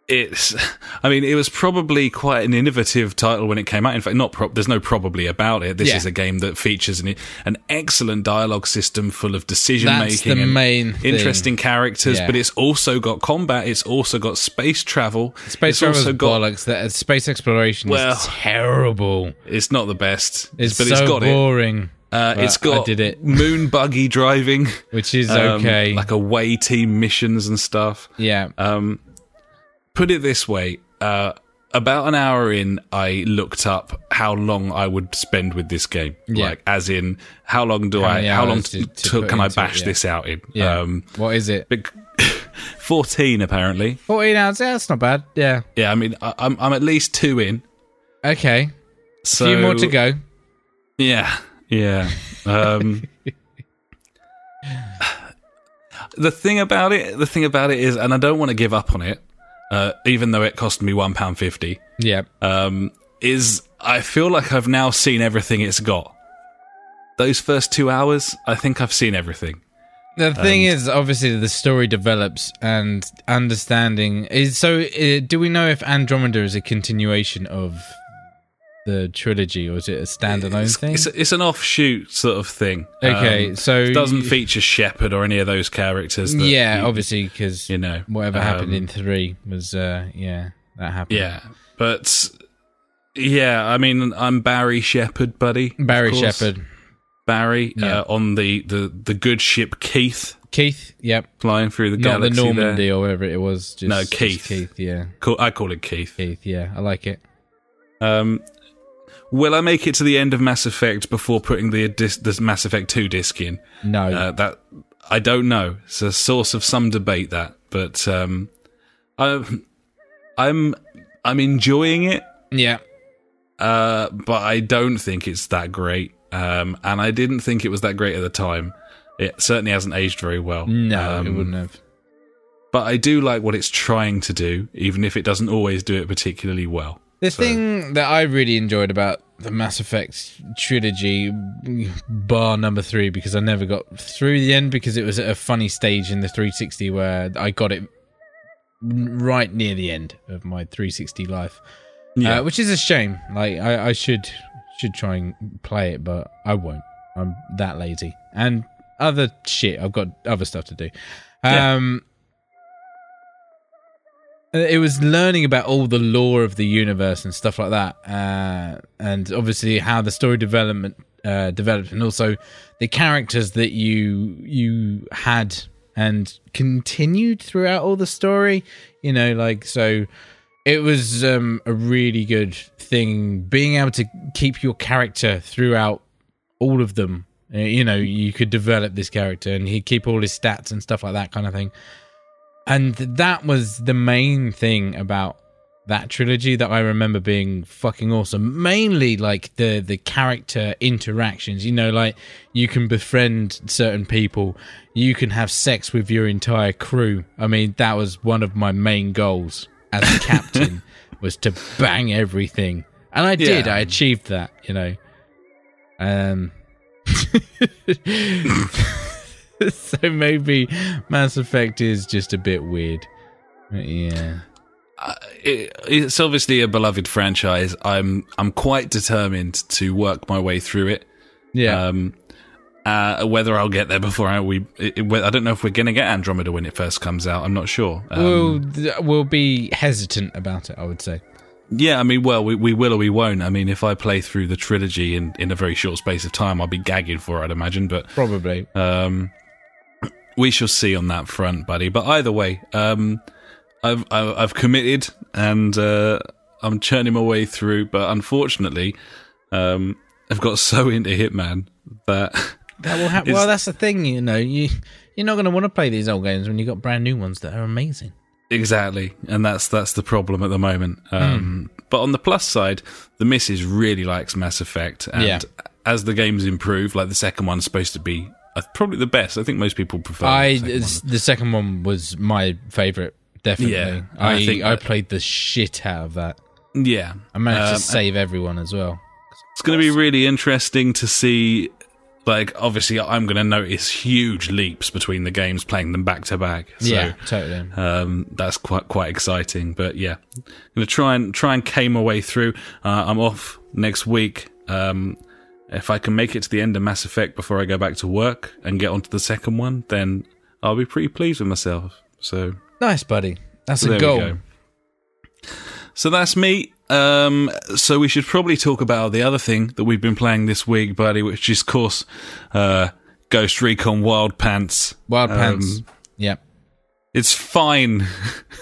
B: it's. I mean, it was probably quite an innovative title when it came out. In fact, not prob- there's no probably about it. This
A: Yeah.
B: is a game that features an an excellent dialogue system full of decision
A: That's the
B: making. and
A: main thing.
B: Interesting characters,
A: Yeah.
B: but it's also got combat. It's also got space travel.
A: Space
B: it's
A: travel's
B: also got.
A: bollocks. That space exploration
B: Well-
A: is terrible.
B: It's not the best,
A: It's
B: but
A: so
B: it's got it.
A: boring.
B: Uh,
A: But
B: it's got
A: I did it,
B: moon buggy driving.
A: which is
B: um,
A: okay.
B: like away team missions and stuff.
A: yeah.
B: Um, put it this way: uh, about an hour in, I looked up how long I would spend with this game.
A: Yeah.
B: Like, as in, how long do I?
A: many
B: How long
A: hours to- to
B: to-
A: put
B: can I
A: into it,
B: bash
A: yeah.
B: this out in?
A: Yeah.
B: Um,
A: what is it?
B: bec- Fourteen, apparently.
A: 14 hours. Yeah, that's not bad. Yeah.
B: Yeah, I mean, I, I'm I'm at least two in.
A: Okay.
B: So
A: Few more to go.
B: Yeah, yeah. Um, the thing about it, the thing about it is, and I don't want to give up on it, uh, even though it cost me one pound fifty.
A: Yeah.
B: um, is I feel like I've now seen everything it's got. Those first two hours, I think I've seen everything. um,
A: The thing is, obviously, the story develops and understanding is so. Uh, do we know if Andromeda is a continuation of the trilogy, or is it a standalone
B: It's,
A: thing?
B: it's, it's an offshoot sort of thing. Um,
A: Okay, so
B: it doesn't feature Shepard or any of those characters. That
A: yeah,
B: you-
A: obviously, because
B: you know
A: whatever happened
B: um,
A: in three was, uh, yeah, that happened.
B: Yeah, but yeah, I mean, I'm Barry Shepard, buddy. of
A: Barry
B: course.
A: Shepard,
B: Barry
A: Yeah.
B: uh, on the, the the good ship Keith
A: Keith. Yep,
B: flying through the
A: not the
B: galaxy. there.
A: Normandy or whatever it was. Just,
B: No,
A: just
B: Keith.
A: Keith. Yeah,
B: Call- I call it Keith.
A: Keith. Yeah, I like it.
B: Um, will I make it to the end of Mass Effect before putting the dis- this Mass Effect Two disc in?
A: No,
B: Uh, that I don't know. It's a source of some debate that, but um, I, I'm I'm enjoying it,
A: yeah,
B: uh, but I don't think it's that great. Um, and I didn't think it was that great at the time. It certainly hasn't aged very well.
A: no, it
B: Um,
A: wouldn't have.
B: But I do like what it's trying to do, even if it doesn't always do it particularly well.
A: The thing that I really enjoyed about the Mass Effect trilogy, bar number three, because I never got through the end because it was at a funny stage in the 360 where I got it right near the end of my 360 life,
B: Yeah.
A: uh, which is a shame. Like I, I should should try and play it, but I won't. I'm that lazy and other shit. I've got other stuff to do.
B: Yeah.
A: Um, uh, it was learning about all the lore of the universe and stuff like that uh, and obviously how the story development uh, developed and also the characters that you you had and continued throughout all the story you know like so it was um, a really good thing being able to keep your character throughout all of them Uh, you know you could develop this character and he'd keep all his stats and stuff like that kind of thing and that was the main thing about that trilogy that I remember being fucking awesome. Mainly like the the character interactions. You know, like you can befriend certain people, you can have sex with your entire crew. I mean, that was one of my main goals as a captain was to bang everything, and I did.
B: Yeah.
A: I achieved that. You know, um. so maybe Mass Effect is just a bit weird. Yeah.
B: Uh, it, it's obviously a beloved franchise. I'm I'm quite determined to work my way through it.
A: Yeah.
B: Um, uh, whether I'll get there before I, we, it, it- I don't know if we're going to get Andromeda when it first comes out. I'm not sure. Um,
A: we'll th- we'll be hesitant about it. I would say.
B: yeah, I mean, well, we, we will or we won't. I mean, if I play through the trilogy in, in a very short space of time, I'll be gagging for it, I'd imagine. But
A: Probably.
B: um, we shall see on that front, buddy. But either way, um, I've I've I've committed and uh, I'm churning my way through. But unfortunately, um, I've got so into Hitman that
A: That will happen. Well, that's the thing. You know, you you're not going to want to play these old games when you have got brand new ones that are amazing.
B: exactly, and that's that's the problem at the moment.
A: Hmm.
B: Um, But on the plus side, the missus really likes Mass Effect, and
A: Yeah.
B: as the games improve, like the second one's supposed to be. uh, Probably the best. I think most people prefer.
A: I
B: the second one.
A: the second one was my favorite. Definitely.
B: Yeah,
A: I
B: I think
A: I
B: that-
A: played the shit out of that.
B: yeah.
A: I managed
B: Um,
A: to save everyone as well.
B: It's going to be really interesting to see. Like, obviously, I'm going to notice huge leaps between the games playing them back to back. So,
A: yeah, totally.
B: um, that's quite quite exciting. But yeah, I'm gonna try and try and came my way through. Uh, I'm off next week. Um, if I can make it to the end of Mass Effect before I go back to work and get onto the second one, then I'll be pretty pleased with myself. So
A: Nice, buddy. That's
B: there
A: a goal.
B: we go. So that's me. Um, so we should probably talk about the other thing that we've been playing this week, buddy, which is, of course, uh, Ghost Recon Wild Pants.
A: Wild
B: Um,
A: pants. Yeah,
B: It's fine.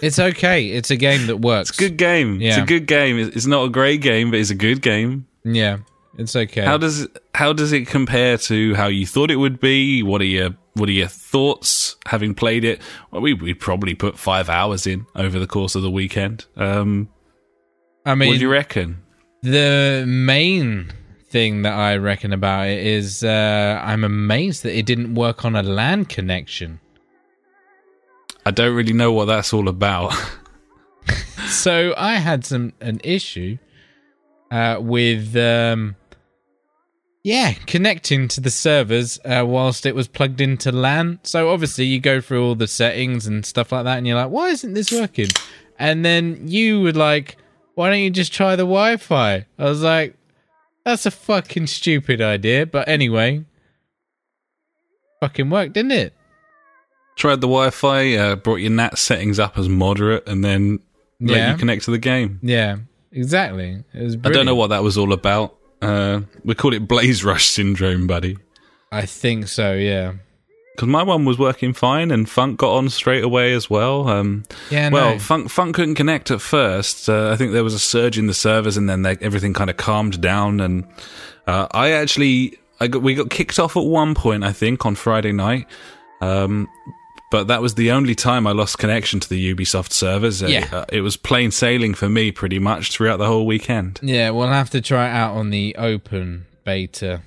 A: it's okay. It's a game that works.
B: Good game. It's a
A: Yeah.
B: good game. It's it's not a great game, but it's a good game.
A: Yeah, it's okay.
B: How does how does it compare to how you thought it would be? What are your what are your thoughts having played it? Well, we we probably put five hours in over the course of the weekend. Um,
A: I
B: what
A: mean,
B: do you reckon?
A: the main thing that I reckon about it is uh, I'm amazed that it didn't work on a LAN connection.
B: I don't really know what that's all about.
A: So I had some an issue uh, with um, yeah connecting to the servers uh, whilst it was plugged into LAN. So obviously you go through all the settings and stuff like that, and you're like, why isn't this working? And then you would like, why don't you just try the Wi-Fi? I was like, that's a fucking stupid idea. But anyway, fucking worked, didn't it?
B: Tried the Wi-Fi, uh, brought your NAT settings up as moderate, and then let
A: Yeah.
B: you connect to the game.
A: Yeah, exactly. It was
B: I don't know
A: brilliant.
B: what that was all about. Uh, we call it Blaze Rush syndrome, buddy.
A: I think so. Yeah.
B: because my one was working fine and Funk got on straight away as well. Um,
A: Yeah.
B: well,
A: no.
B: Funk Funk couldn't connect at first. Uh, I think there was a surge in the servers and then they, everything kind of calmed down. And uh, I actually I got, we got kicked off at one point I think on Friday night. Um, but that was the only time I lost connection to the Ubisoft servers. Uh,
A: Yeah.
B: uh, it was plain sailing for me pretty much throughout the whole weekend.
A: Yeah, we'll have to try it out on the open beta.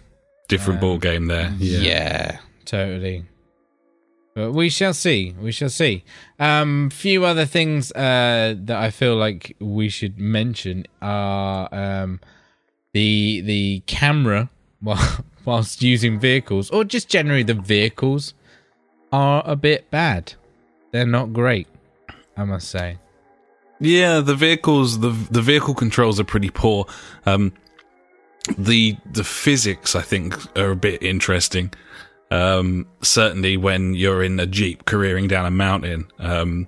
B: Different ball game there.
A: totally. But we shall see. We shall see. Um, few other things uh, that I feel like we should mention are um, the the camera while, whilst using vehicles, or just generally the vehicles, are a bit bad. They're not great, I must say.
B: Yeah, the vehicles the the vehicle controls are pretty poor. Um, the the physics I think are a bit interesting. Um, certainly when you're in a jeep careering down a mountain, um,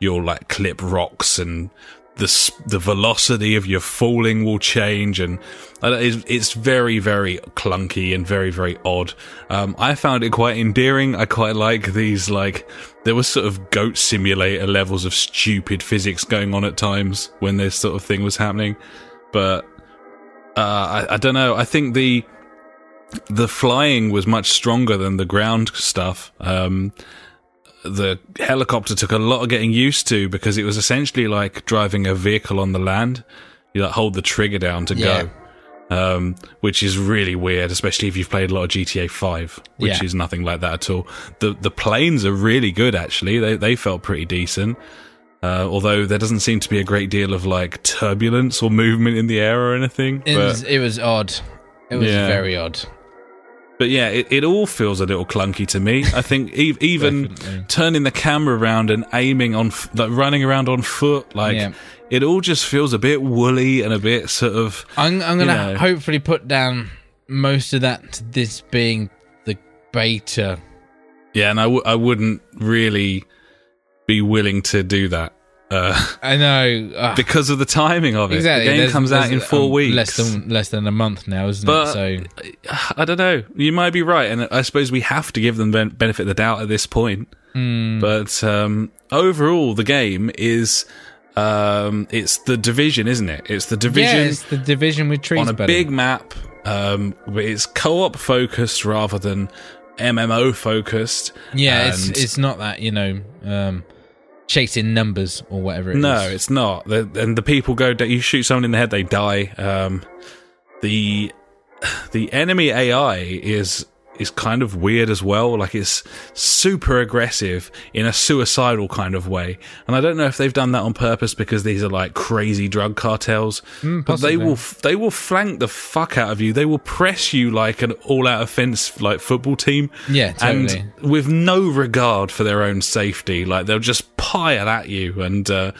B: you'll like clip rocks and the s- the velocity of your falling will change and uh, it's, it's very very clunky and very very odd. Um, I found it quite endearing. I quite like these like there was sort of goat simulator levels of stupid physics going on at times when this sort of thing was happening, but uh, I, I don't know. I think the the flying was much stronger than the ground stuff. Um, the helicopter took a lot of getting used to because it was essentially like driving a vehicle on the land. You like hold the trigger down to
A: Yeah.
B: go. Um, which is really weird, especially if you've played a lot of GTA Five, which
A: Yeah.
B: is nothing like that at all. the The planes are really good, actually. They they felt pretty decent, uh, although there doesn't seem to be a great deal of like turbulence or movement in the air or anything.
A: It
B: but-
A: was it was odd. It was
B: Yeah.
A: very odd.
B: But yeah, it, it all feels a little clunky to me. I think e- even
A: Definitely.
B: turning the camera around and aiming on, f- like running around on foot, like
A: Yeah.
B: it all just feels a bit woolly and a bit sort of.
A: I'm, I'm
B: you
A: gonna
B: know.
A: hopefully put down most of that to this being the beta.
B: Yeah, and I w- I wouldn't really be willing to do that uh,
A: I know ah,
B: because of the timing of it.
A: exactly.
B: The game
A: there's-
B: comes out
A: there's,
B: in four
A: um,
B: weeks.
A: Less than less than a month now, isn't
B: But-
A: it? So
B: I don't know. You might be right, and I suppose we have to give them ben- benefit of the doubt at this point. But um, overall, the game is um, it's the division, isn't it? It's the
A: yeah,
B: division
A: it's the division with trees.
B: on a
A: buddy.
B: big map. Um, but it's co-op focused rather than MMO focused.
A: yeah, it's
B: and-
A: it's not that you know um, chasing numbers or whatever. it is.
B: No, it's not. The, and the people go. You shoot someone in the head, they die. Um, the the enemy AI is is kind of weird as well. Like it's super aggressive in a suicidal kind of way. And I don't know if they've done that on purpose because these are like crazy drug cartels.
A: Hmm,
B: but they will f- they will flank the fuck out of you. They will press you like an all out offense like football team.
A: Yeah, totally.
B: And with no regard for their own safety. Like they'll just pile at you and uh,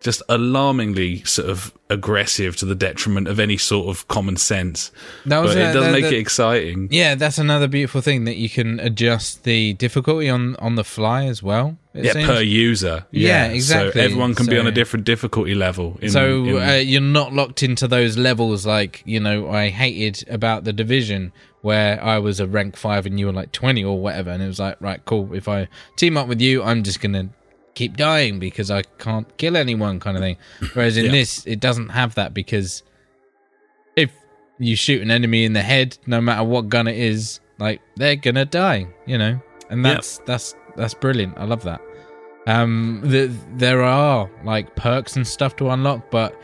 B: just alarmingly sort of aggressive to the detriment of any sort of common sense.
A: That was
B: but it
A: a-
B: does
A: that-
B: make
A: that-
B: it exciting.
A: Yeah, that's another beautiful thing that you can adjust the difficulty on on the fly as well. It
B: Yeah,
A: seems.
B: per user.
A: Yeah,
B: So
A: exactly.
B: everyone can be
A: So-
B: on a different difficulty level. In,
A: so
B: in-
A: uh, you're not locked into those levels like you know I hated about the division where I was a rank five and you were like twenty or whatever, and it was like right, cool. If I team up with you, I'm just gonna keep dying because I can't kill anyone, kind of thing. Whereas in
B: Yeah.
A: this, it doesn't have that because if you shoot an enemy in the head, no matter what gun it is, like they're gonna die, you know. And
B: Yep.
A: that's that's that's brilliant. I love that. Um, the, there are like perks and stuff to unlock, but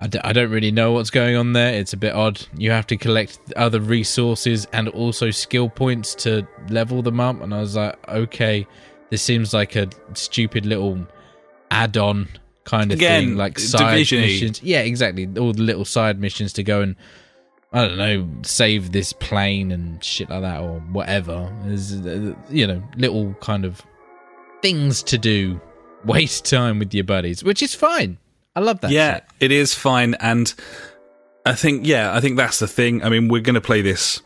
A: I, d- I don't really know what's going on there. It's a bit odd. You have to collect other resources and also skill points to level them up. And I was like, okay, this seems like a stupid little add-on kind of
B: Again,
A: thing, like side
B: division-y.
A: missions. Yeah, exactly. All the little side missions to go and I don't know, save this plane and shit like that, or whatever. There's, uh, you know, little kind of things to do, waste time with your buddies, which is fine. I love that.
B: yeah,
A: shit.
B: it is fine. And I think, yeah, I think that's the thing. I mean, we're going to play this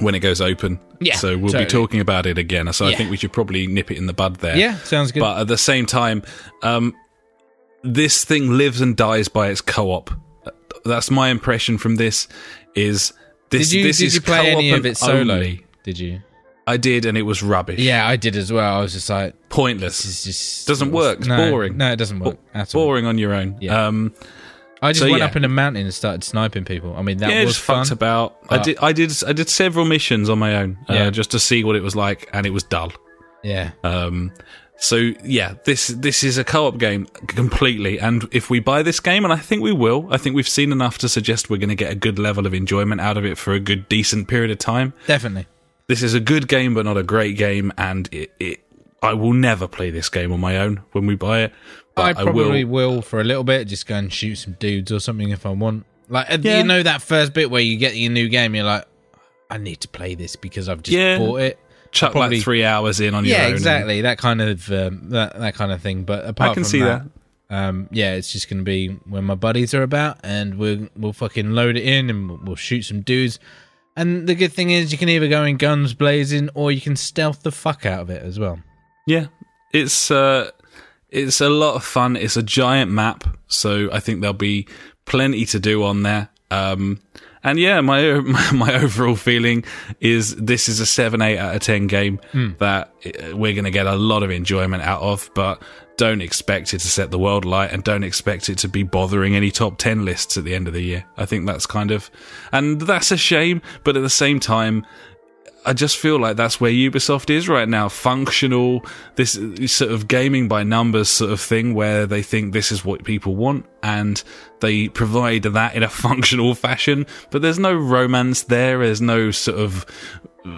B: when it goes open.
A: Yeah,
B: So we'll
A: totally.
B: be talking about it again. So I
A: Yeah.
B: think we should probably nip it in the bud there.
A: yeah, sounds good.
B: But at the same time, um, this thing lives and dies by its co-op. That's my impression from this. Is this?
A: did you
B: this
A: did
B: is
A: you play any
B: co-op
A: of
B: and
A: it solo?
B: only.
A: Did you?
B: I did, and it was rubbish.
A: Yeah, I did as well. I was just like,
B: pointless,
A: this is just
B: Doesn't work. It's
A: No,
B: boring.
A: No, it doesn't work at all.
B: boring on your own.
A: Yeah.
B: Um,
A: I just
B: So,
A: went
B: yeah.
A: up in a mountain and started sniping people. I mean, that
B: yeah,
A: was
B: just
A: fun.
B: fucked about. I
A: but-
B: did, I did, I did several missions on my own, uh,
A: Yeah.
B: just to see what it was like, and it was dull.
A: Yeah,
B: Um, so yeah, this this is a co-op game completely. And if we buy this game, and I think we will, I think we've seen enough to suggest we're going to get a good level of enjoyment out of it for a good decent period of time.
A: definitely.
B: This is a good game, but not a great game. And it, it I will never play this game on my own when we buy it. But
A: I probably
B: will.
A: will. for a little bit. Just go and shoot some dudes or something if I want. Like uh,
B: Yeah.
A: you know that first bit where you get your new game, you're like, I need to play this because I've just
B: Yeah.
A: bought it.
B: chuck
A: probably-
B: like three hours in on your
A: Yeah,
B: own. and-
A: exactly. That kind of um, that that kind of thing. But apart
B: I can
A: from
B: see that.
A: um, yeah, it's just gonna be when my buddies are about, and we'll we'll fucking load it in, and we'll, we'll shoot some dudes. And the good thing is, you can either go in guns blazing, or you can stealth the fuck out of it as well.
B: Yeah, it's uh, it's a lot of fun. It's a giant map, so I think there'll be plenty to do on there. Um, and yeah, my my, my overall feeling is this is a seven eight out of ten game that uh, we're going to get a lot of enjoyment out of, but don't expect it to set the world light and don't expect it to be bothering any top 10 lists at the end of the year. I think that's kind of and that's a shame, but at the same time I just feel like that's where Ubisoft is right now. Functional, this sort of gaming by numbers sort of thing where they think this is what people want and they provide that in a functional fashion. But there's no romance there. There's no sort of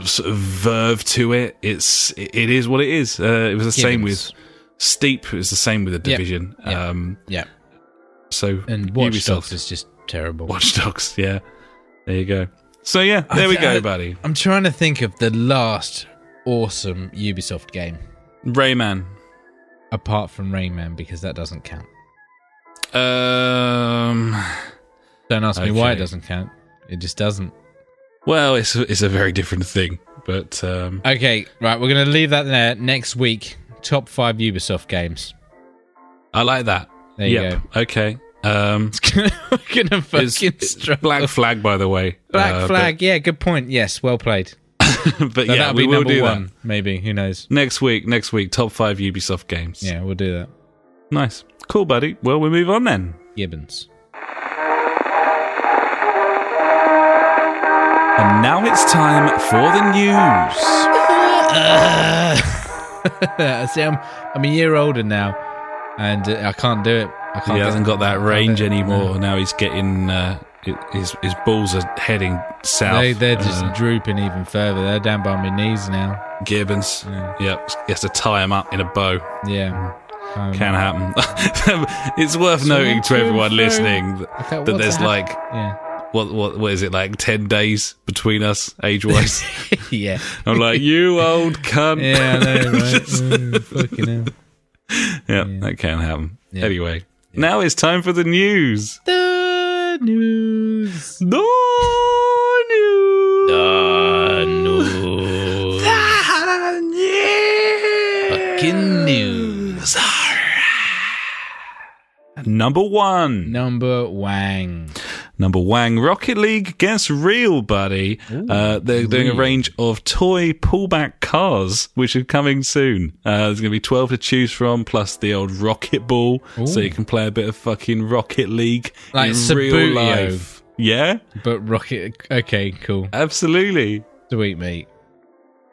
B: sort of verve to it. It's it is what it is. Uh, it was the same with
A: Giddings.
B: Steep. It was the same with the
A: Yep.
B: Division.
A: Yep.
B: Um,
A: Yeah, Uh,
B: so
A: and Watch
B: Ubisoft.
A: Dogs is just terrible.
B: Watch Dogs. Yeah, there you go. So yeah, there we
A: I-
B: go,
A: I-
B: buddy.
A: I'm trying to think of the last awesome Ubisoft game
B: Rayman.
A: apart from Rain Man because that doesn't count.
B: Um.
A: Don't ask me why it
B: Okay.
A: doesn't count. It just doesn't.
B: Well, it's a, it's a very different thing, but um,
A: Okay, right. We're gonna leave that there next week. Top five Ubisoft games.
B: I like that.
A: There you
B: Yep. Okay. Um,
A: We're gonna fucking
B: it's, it's uh,
A: struggle.
B: black flag, by the way.
A: Black
B: Uh,
A: Flag. yeah, good point. Yes, well played.
B: But, but
A: So
B: yeah,
A: that'll
B: we
A: be
B: will
A: number
B: do
A: one,
B: that
A: maybe. Who knows?
B: next week. Next week, top five Ubisoft games.
A: Yeah, we'll do that.
B: Nice. Cool, buddy. Well, we move on then.
A: Gibbons.
B: And now it's time for the news.
A: Uh, See, I'm I'm a year older now, and uh, I can't do it. I
B: He
A: can't. do
B: hasn't
A: it.
B: got that range
A: No.
B: anymore. Now he's getting uh, i- his his balls are heading south.
A: They, they're just
B: Uh,
A: drooping even further. They're down by my knees now.
B: Gibbons.
A: Yeah.
B: Yep, he has to tie him up in a bow. Mm.
A: Yeah. Um,
B: Can happen. it's worth noting to
A: to and
B: everyone
A: fro.
B: listening that,
A: I thought,
B: that
A: what's
B: there's
A: hap-
B: like
A: Yeah.
B: what what what is it like ten days between us age wise.
A: yeah.
B: I'm like you old cunt.
A: Yeah, I know, right? Mm, fucking hell.
B: Yeah, that can happen.
A: Yeah.
B: Anyway, now it's time for the news.
A: The news.
B: The news.
A: news. Fucking news.
B: Number one.
A: Number Wang.
B: Number Wang Rocket League gets real, buddy. Uh, they're doing a range of toy pullback cars, which are coming soon. Uh, there's going to be 12 to choose from, plus the old Rocket Ball, so you can play a bit of fucking Rocket League
A: Like
B: in real
A: Sabutio.
B: life. Yeah,
A: But Rocket. Okay, cool.
B: absolutely.
A: Sweet, mate.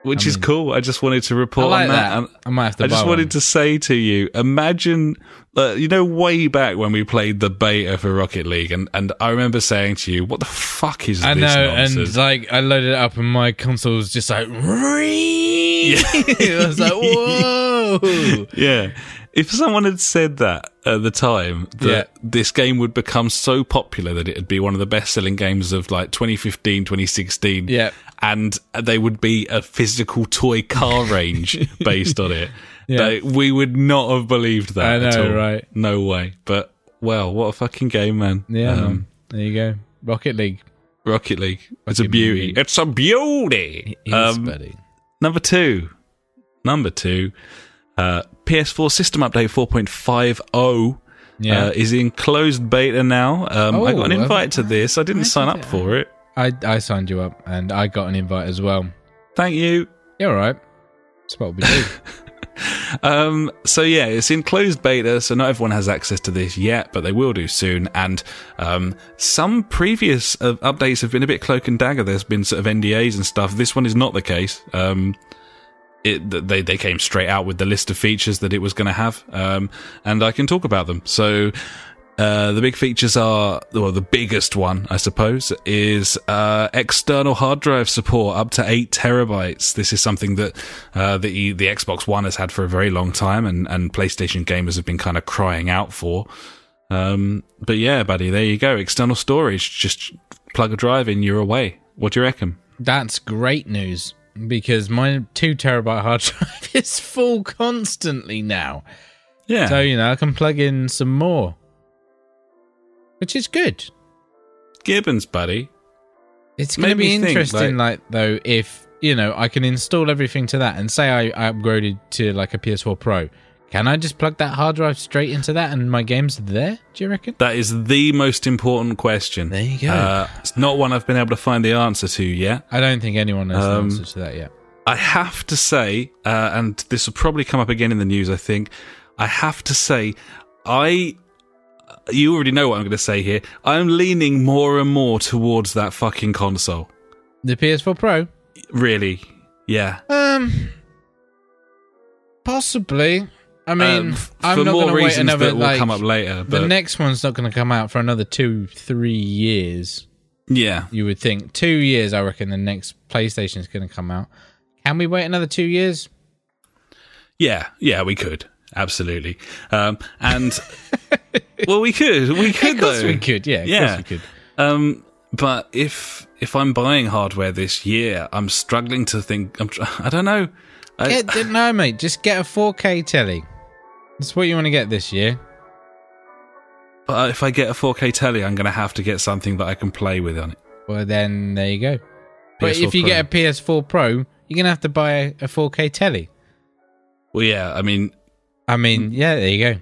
B: Which is cool. I just wanted to
A: I
B: report
A: like
B: on that.
A: that.
B: And-
A: I might have to
B: I just
A: buy
B: wanted
A: one.
B: to say to you, imagine, uh, you know, way back when we played the beta for Rocket League, and, and I remember saying to you, "What the fuck is
A: I
B: this
A: know,
B: nonsense?"
A: and like I loaded it up, and my console was just like, I was like, whoa,
B: yeah, if someone had said that at the time, that
A: Yeah.
B: this game would become so popular that it'd be one of the best-selling games of like 2015, 2016,
A: Yeah.
B: and they would be a physical toy car range based on it.
A: Yeah.
B: They- we would not have believed that.
A: I
B: at
A: know,
B: all.
A: right.
B: No way. But well, what a fucking game, man.
A: yeah.
B: Um,
A: man. there you go, Rocket League.
B: Rocket League. It's a
A: Rocket
B: beauty.
A: League.
B: It's a beauty.
A: Yes,
B: Um,
A: buddy.
B: number two. Number two. Uh, PS4 system update 4.50
A: Yeah,
B: uh, is in closed beta now. Um, I got an
A: Oh, have
B: invite to this. I didn't sign up for it.
A: I I signed you up, and I got an invite as well.
B: Thank you.
A: You're all right. That's what we do.
B: Um, so yeah, it's in closed beta, so not everyone has access to this yet, but they will do soon. And um, some previous uh, updates have been a bit cloak and dagger. There's been sort of NDAs and stuff. This one is not the case. Um, it, th- they they came straight out with the list of features that it was going to have, um, and I can talk about them. So. Uh, the big features are, well, the biggest one, I suppose, is uh, external hard drive support up to eight terabytes. This is something that uh, the the Xbox One has had for a very long time, and and PlayStation gamers have been kind of crying out for. Um, but yeah, buddy, there you go. External storage, just plug a drive in, you're away. What do you reckon?
A: That's great news because my two terabyte hard drive is full constantly now.
B: Yeah,
A: So you know I can plug in some more, which is good.
B: Gibbons, buddy.
A: It's
B: Made
A: going to be
B: me think,
A: interesting, like, though, if you know I can install everything to that, and say I, I upgraded to like a PS4 Pro, can I just plug that hard drive straight into that and my games are there? Do you reckon?
B: That is the most important question.
A: There you go.
B: Uh, it's not one I've been able to find the answer to yet.
A: I don't think anyone knows
B: Um,
A: the answer to that yet.
B: I have to say, uh, and this will probably come up again in the news, I think. I have to say, I. You already know what I'm going to say here. I'm leaning more and more towards that fucking console.
A: The PS4 Pro,
B: Really. Yeah.
A: um, possibly. I mean,
B: Um, f-
A: I'm
B: for
A: not
B: more
A: going to wait
B: reasons
A: another.
B: that will
A: like,
B: come up later. But
A: the next one's not going to come out for another two, three years.
B: yeah,
A: You would think two years. I reckon the next PlayStation is going to come out. Can we wait another two years?
B: yeah, yeah, we could absolutely. Um, and well, we could, we could
A: Of course
B: though.
A: we could. Yeah, of
B: Yeah.
A: course we could.
B: Um, but if if I'm buying hardware this year, I'm struggling to think. I'm, tr- I don't know. I,
A: Get, no, mate, just get a 4K telly. That's what you want to get this year.
B: But if I get a 4K telly, I'm going to have to get something that I can play with on it.
A: Well, then there you go. but
B: PS4
A: if you
B: Pro.
A: get a PS4 Pro, you're going to have to buy a, a 4K telly.
B: Well, yeah, I mean,
A: I
B: Hmm.
A: mean, yeah, there you go.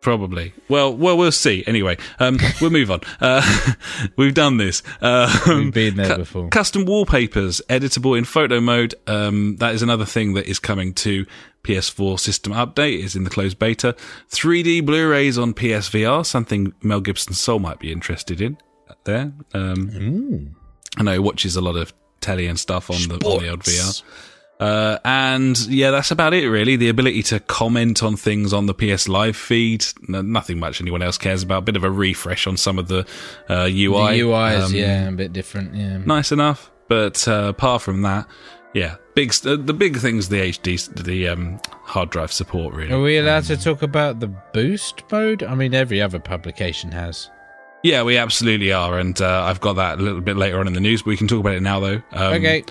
B: probably. Well, well, we'll see. Anyway, um, we'll move on. Uh, we've done this. Um,
A: We've been there before.
B: Custom wallpapers, editable in photo mode. Um, that is another thing that is coming to PS4 system update. Is in the closed beta. 3D Blu-rays on PSVR, something Mel Gibson's soul might be interested in. There,
A: Mm.
B: um, I know he watches a lot of telly and stuff on the on the old VR. Uh, and yeah, that's about it, really. The ability to comment on things on the PS Live feed, no, nothing much anyone else cares about. Bit of a refresh on some of the uh, UI.
A: the UIs,
B: Um,
A: yeah, a bit different. Yeah.
B: nice enough. But uh, apart from that, yeah, big st- uh, the big things the HD the um, hard drive support really.
A: Are we allowed to talk about the boost mode? I mean, every other publication has.
B: Yeah, we absolutely are, and uh, I've got that a little bit later on in the news. But we can talk about it now though. Um,
A: Okay.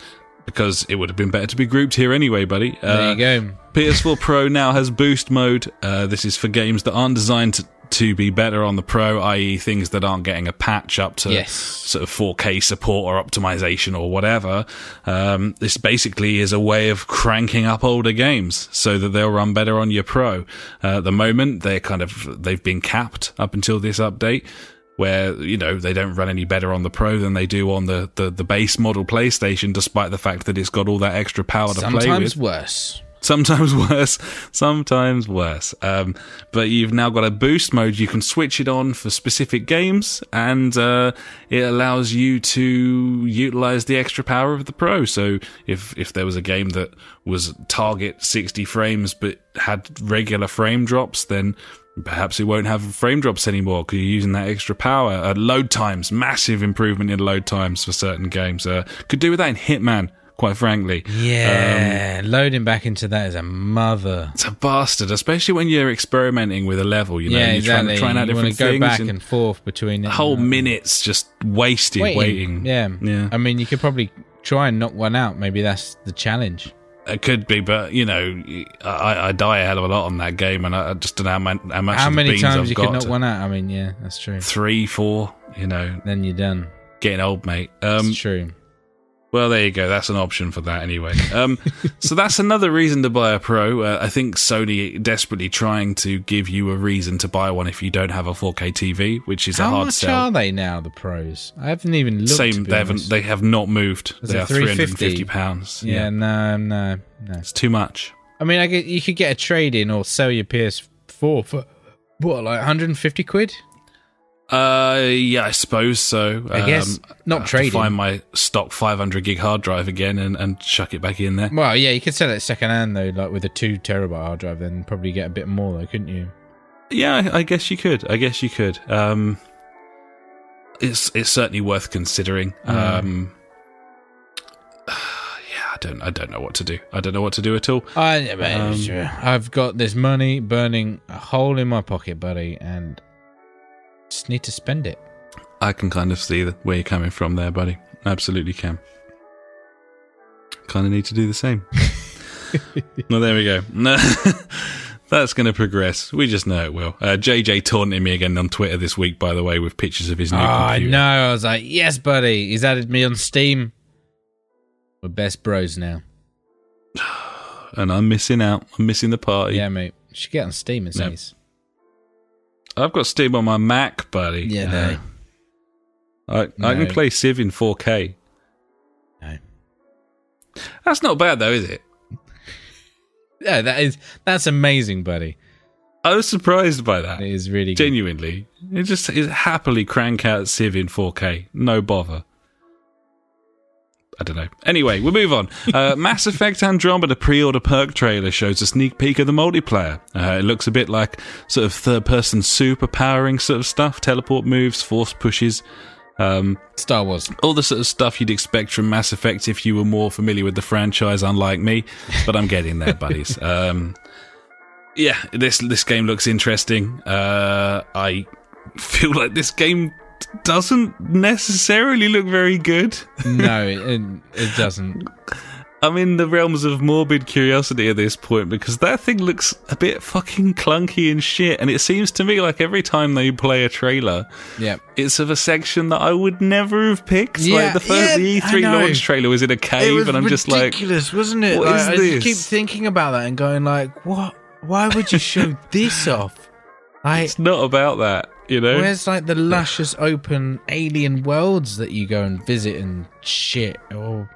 B: Because it would have been better to be grouped here anyway, buddy.
A: There
B: Uh,
A: you go.
B: PS4 Pro now has boost mode. Uh, this is for games that aren't designed to, to be better on the Pro, i.e., things that aren't getting a patch up to
A: Yes.
B: sort of 4K support or optimization or whatever. Um, this basically is a way of cranking up older games so that they'll run better on your Pro. Uh, at the moment, they're kind of they've been capped up until this update. Where you know they don't run any better on the Pro than they do on the, the, the base model PlayStation, despite the fact that it's got all that extra power to play with
A: Sometimes worse.
B: sometimes worse, sometimes worse. Um, but you've now got a boost mode. You can switch it on for specific games, and uh, it allows you to utilize the extra power of the Pro. So if if there was a game that was target sixty frames but had regular frame drops, then Perhaps it won't have frame drops anymore because you're using that extra power. Uh, load times, massive improvement in load times for certain games. Uh, could do with that in Hitman, quite frankly.
A: Yeah. Um, loading back into that is a mother.
B: it's a bastard, especially when you're experimenting with a level. You know,
A: yeah,
B: you're
A: exactly.
B: trying, trying out
A: you want
B: different
A: to go
B: things,
A: back
B: and,
A: and forth between it. and
B: whole
A: that.
B: minutes just wasted waiting.
A: Yeah.
B: Yeah.
A: I mean, you could probably try and knock one out. Maybe that's the challenge.
B: It could be, but you know, I, I die a hell of a lot on that game, and I I just don't know how, man, how much.
A: How
B: of the
A: many
B: beans
A: times
B: I've
A: you
B: got
A: could knock one out? I mean, yeah, that's true.
B: Three, four. You know,
A: Then you're done.
B: getting old, mate.
A: It's
B: Um,
A: true.
B: Well, there you go. That's an option for that anyway. Um, so that's another reason to buy a Pro. Uh, I think Sony desperately trying to give you a reason to buy one if you don't have a 4K TV, which is a
A: How
B: hard
A: much
B: sell.
A: are they now, the pros? I haven't even looked. to
B: Same,
A: be
B: they haven't.
A: honest.
B: They have not moved.
A: Is
B: they
A: it
B: are three hundred and
A: 350?
B: fifty pounds.
A: yeah, no, no, no.
B: it's too much.
A: I mean, I get, you could get a trade in or sell your PS4 for what, like 150 quid?
B: Uh, yeah, I suppose so.
A: I guess
B: I
A: not
B: Um, have to
A: trading.
B: Find my stock five hundred gig hard drive again and, and chuck it back in there.
A: Well, yeah, you could sell it second hand though, like with a two terabyte hard drive, then probably get a bit more though, couldn't you?
B: Yeah, I, I guess you could. I guess you could. Um, it's it's certainly worth considering. Um, yeah, I don't I don't know what to do. I don't know what to do at all.
A: I, I mean,
B: Um,
A: sure. I've got this money burning a hole in my pocket, buddy, and just need to spend it.
B: I can kind of see the, where you're coming from there, buddy. Absolutely can. Kind of need to do the same. well, there we go. No, That's going to progress. We just know it will. Uh, JJ taunted me again on Twitter this week, by the way, with pictures of his new
A: Oh, I
B: computer.
A: know. I was like, yes, buddy. He's added me on Steam. We're best bros now.
B: And I'm missing out. I'm missing the party.
A: Yeah, mate. You should get on Steam, it
B: No.
A: says.
B: I've got Steam on my Mac, buddy.
A: Yeah, no.
B: Uh, I, I
A: No.
B: can play Civ in 4K.
A: No.
B: That's not bad, though, is it?
A: Yeah, that is that's amazing, buddy.
B: I was surprised by that.
A: It is really good.
B: Genuinely, it just it happily crank out Civ in 4K, no bother. I don't know. Anyway, we'll move on. Uh, Mass Effect Andromeda pre-order perk trailer shows a sneak peek of the multiplayer. Uh, it looks a bit like sort of third-person superpowering sort of stuff, teleport moves, force pushes,
A: Star Wars.
B: all the sort of stuff you'd expect from Mass Effect if you were more familiar with the franchise, unlike me. But I'm getting there, buddies. Um, yeah, this this game looks interesting. Uh, I feel like this game doesn't necessarily look very good.
A: No, it, it, it doesn't.
B: I'm in the realms of morbid curiosity at this point because that thing looks a bit fucking clunky and shit. And it seems to me like every time they play a trailer,
A: Yeah.
B: it's of a section that I would never have picked.
A: Yeah,
B: like the first
A: yeah,
B: the E3
A: I know.
B: launch trailer was in a cave, and I'm just like,
A: wasn't it?
B: what Like, is I just this? keep
A: thinking about that and going like, what? Why would you show this off? Like,
B: it's not about that, you know.
A: Where's like the luscious open alien worlds that you go and visit and shit or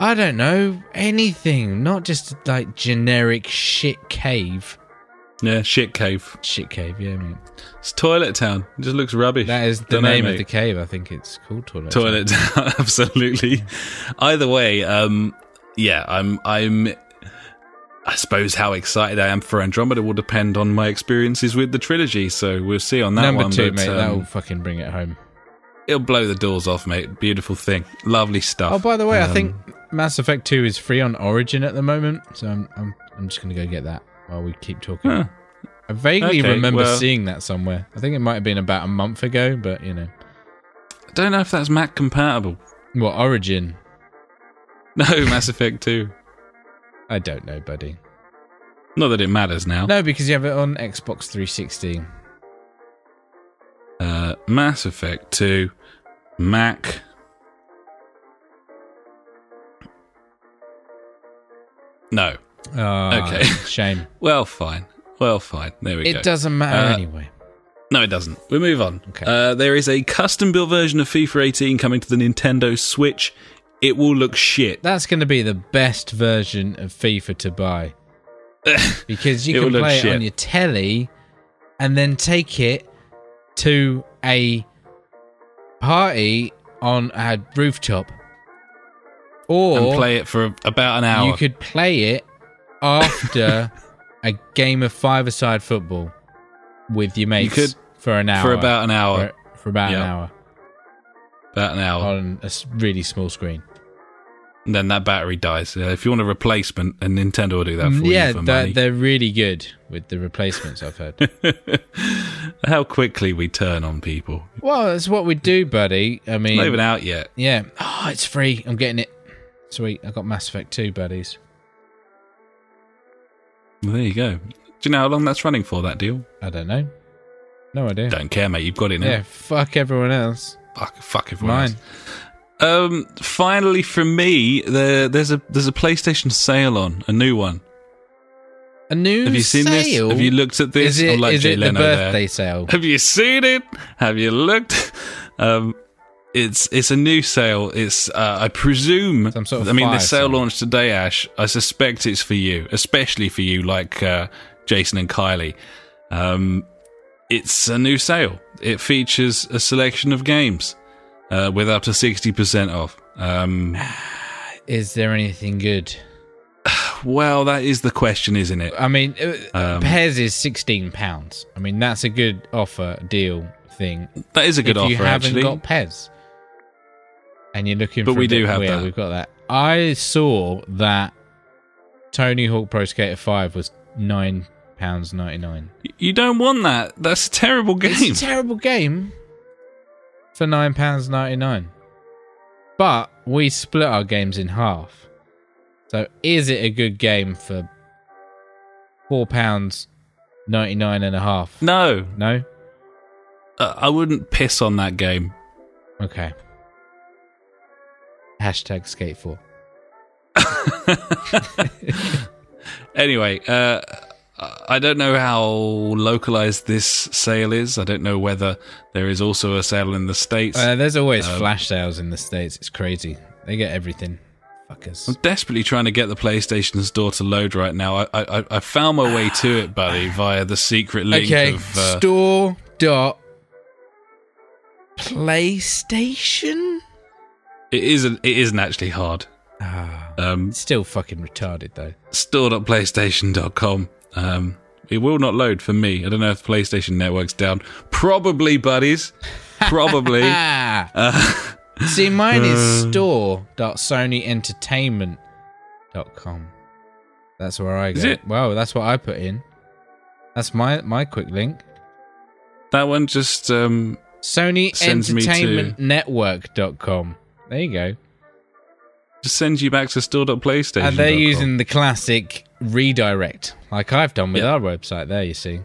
A: I don't know, anything, not just like generic shit cave.
B: yeah, shit cave.
A: Shit cave, yeah, mate.
B: It's toilet town. It just looks rubbish.
A: That is the
B: Dunno,
A: name of
B: mate.
A: the cave. I think it's called Toilet.
B: toilet town. Absolutely. Either way, um, yeah, I'm I'm I suppose how excited I am for Andromeda will depend on my experiences with the trilogy, so we'll see on that
A: Number
B: one.
A: two,
B: but,
A: mate.
B: um,
A: that'll fucking bring it home.
B: it'll blow the doors off, mate. Beautiful thing. Lovely stuff.
A: Oh, by the way, I
B: Um,
A: think Mass Effect 2 is free on Origin at the moment, so I'm I'm, I'm just going to go get that while we keep talking.
B: Huh.
A: I vaguely
B: Okay,
A: remember
B: well-
A: seeing that somewhere. I think it might have been about a month ago, but you know.
B: I don't know if that's Mac compatible.
A: Well, Origin,
B: No, Mass Effect 2.
A: I don't know, buddy.
B: Not that it matters now.
A: No, because you have it on Xbox 360.
B: Uh, Mass Effect 2, Mac. No.
A: Ah,
B: Okay.
A: Shame.
B: Well, fine. Well, fine. There we go.
A: It doesn't matter
B: Uh,
A: anyway.
B: No, it doesn't. We move on.
A: Okay.
B: Uh, there is a custom built version of FIFA 18 coming to the Nintendo Switch. It will look shit.
A: That's going to be the best version of FIFA to buy. because
B: It
A: you
B: will
A: can
B: look
A: play it
B: shit.
A: on your telly and then take it to a party on a rooftop. Or
B: and play it for about an hour.
A: you could play it after a game of five-a-side football with your mates
B: could-
A: for an hour.
B: for about an hour.
A: for, for about an
B: Yeah.
A: hour
B: About an hour.
A: on a s- really small screen.
B: And then that battery dies. Uh, if you want a replacement, and Nintendo will do that for
A: Mm, Yeah,
B: you for
A: they're,
B: money.
A: they're really good with the replacements. I've heard.
B: How quickly we turn on people.
A: well, that's what we do, buddy. I mean,
B: Not even out yet.
A: yeah. Oh, it's free. I'm getting it. Sweet. I got Mass Effect 2, buddies.
B: Well, there you go. Do you know how long that's running for, that deal?
A: I don't know. No idea.
B: Don't care, mate. You've got it now.
A: Yeah. Fuck everyone else.
B: Fuck, fuck everyone else.
A: Mine.
B: Um, finally, from me, there, there's a there's a PlayStation sale on a new one.
A: A new
B: Have you seen
A: sale?
B: this? Have you looked at this?
A: Is it,
B: I'm like
A: is
B: Jay
A: it the
B: Leno
A: birthday
B: there.
A: sale?
B: Have you seen it? Have you looked? Um, it's it's a new sale. It's uh, I presume.
A: Some sort of
B: I mean,
A: fire
B: this sale
A: sale.
B: launched today, Ash. I suspect it's for you, especially for you, like uh, Jason and Kylie. Um, it's a new sale. It features a selection of games uh, with up to sixty percent off. Um,
A: Is there anything good?
B: well, that is the question, isn't it?
A: I mean, uh
B: Um,
A: Pairs is £16. I mean, that's a good offer, deal thing.
B: That is a good
A: if
B: offer,
A: you haven't
B: actually.
A: got Pez, and you're looking,
B: But
A: for a
B: we do
A: bit- oh,
B: have
A: yeah,
B: that.
A: We've got that. I saw that Tony Hawk Pro Skater Five was nine pounds ninety nine.
B: you don't want that. That's a terrible game.
A: It's a terrible game for nine pounds ninety nine. But we split our games in half. So is it a good game for four pounds ninety nine and a half?
B: no,
A: No?
B: uh, I wouldn't piss on that game.
A: Okay. Hashtag skate four.
B: Anyway, uh, I don't know how localized this sale is. I don't know whether there is also a sale in the States.
A: Uh, there's always
B: Um,
A: flash sales in the states. It's crazy. They get everything. Fuckers.
B: I'm desperately trying to get the PlayStation Store to load right now. I I, I- I found my way to it, buddy, via the secret link
A: Okay.
B: of uh,
A: Store dot PlayStation.
B: it isn't it isn't actually hard.
A: Ah,
B: Um,
A: it's still fucking retarded though.
B: store.playstation.com. Um, it will not load for me. I don't know if the PlayStation Network's down. Probably, buddies. Probably.
A: Ah.
B: uh,
A: See, mine is store dot store.sonyentertainment dot com. That's where I go.
B: Is it?
A: Wow, that's what I put in. That's my my quick link.
B: that one just um,
A: Sony
B: Sends me to-
A: Entertainment Network dot com. There you go.
B: just sends you back to store.playstation.com.
A: And they're using the classic redirect, like I've done with
B: Yeah.
A: our website there, you see.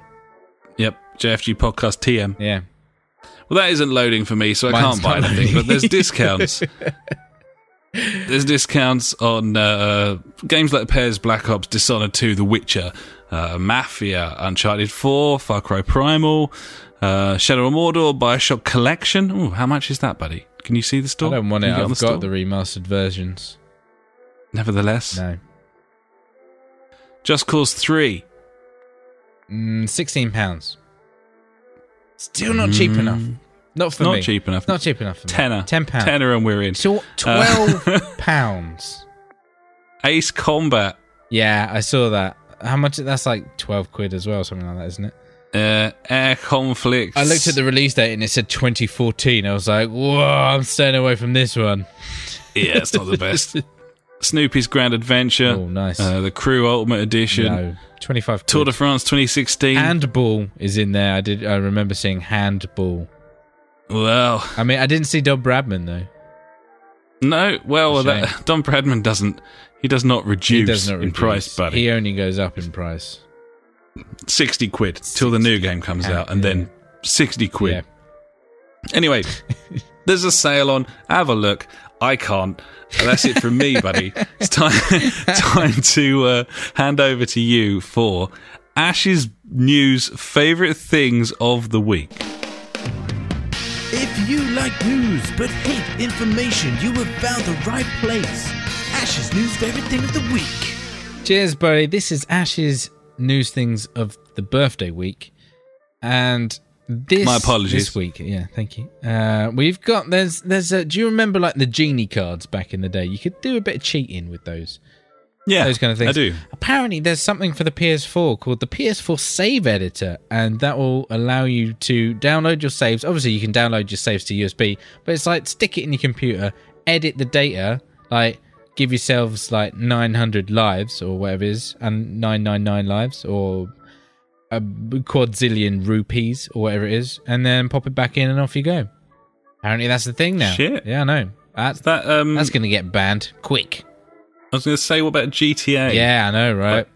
B: Yep. JFG Podcast TM.
A: Yeah.
B: Well, that isn't loading for me, so I
A: Mine's
B: can't buy
A: not
B: anything.
A: loading.
B: But there's discounts. there's discounts on uh, games like Pairs, Black Ops, Dishonored 2, The Witcher, uh, Mafia, Uncharted 4, Far Cry Primal, uh, Shadow of Mordor, Bioshock Collection. Ooh, how much is that, buddy? Can you see the
A: I
B: store?
A: don't want it.
B: Can you get
A: I've
B: on store?
A: got the remastered versions.
B: Nevertheless,
A: No.
B: Just Cause 3.
A: Mm, 16 pounds. Still not cheap
B: Mm,
A: enough. Not for
B: Not
A: me.
B: cheap enough.
A: Not cheap enough for me.
B: Tenner. Uh,
A: 10 pounds.
B: Tenner and we're in.
A: So 12 pounds.
B: Ace Combat.
A: Yeah, I saw that. How much? That's like twelve quid as well, something like that, isn't it?
B: Uh, Air Conflict.
A: I looked at the release date and it said 2014. I was like, whoa, I'm staying away from this one.
B: Yeah, it's not the best. Snoopy's Grand Adventure.
A: Oh, nice.
B: Uh, the Crew Ultimate Edition.
A: No, 25
B: Tour
A: quid.
B: de France 2016.
A: Handball is in there. I did. I remember seeing handball.
B: well,
A: I mean, I didn't see Dob Bradman though.
B: no, well,
A: A shame.
B: that, Don Bradman doesn't. He does not reduce
A: He does not
B: in price,
A: but
B: buddy.
A: He only goes up in price.
B: 60 quid till the new game comes out, and then 60 quid.
A: Ah, Yeah.
B: Anyway, there's a sale on. Have a look. I can't. That's it from me, buddy. It's time time to uh, hand over to you for Ash's news favorite things of the week.
C: If you like news but hate information, you have found the right place. Ash's news favorite thing of the week.
A: Cheers, buddy. This is Ash's news things of the birthday week, and this
B: My apologies.
A: this week. Yeah, thank you. Uh, we've got there's there's a, do you remember like the genie cards back in the day? You could do a bit of cheating with those
B: Yeah,
A: those kind of things.
B: I do.
A: Apparently, there's something for the PS4 called the PS4 Save Editor, and that will allow you to download your saves. Obviously, you can download your saves to USB, but it's like stick it in your computer, edit the data, like give yourselves like 900 lives or whatever it is, and 999 lives or a quadzillion rupees or whatever it is, and then pop it back in and off you go. Apparently, that's the thing now.
B: Shit.
A: Yeah, I know. That's
B: That um,
A: that's going to get banned quick.
B: I was going to say, what about GTA?
A: Yeah, I know, right?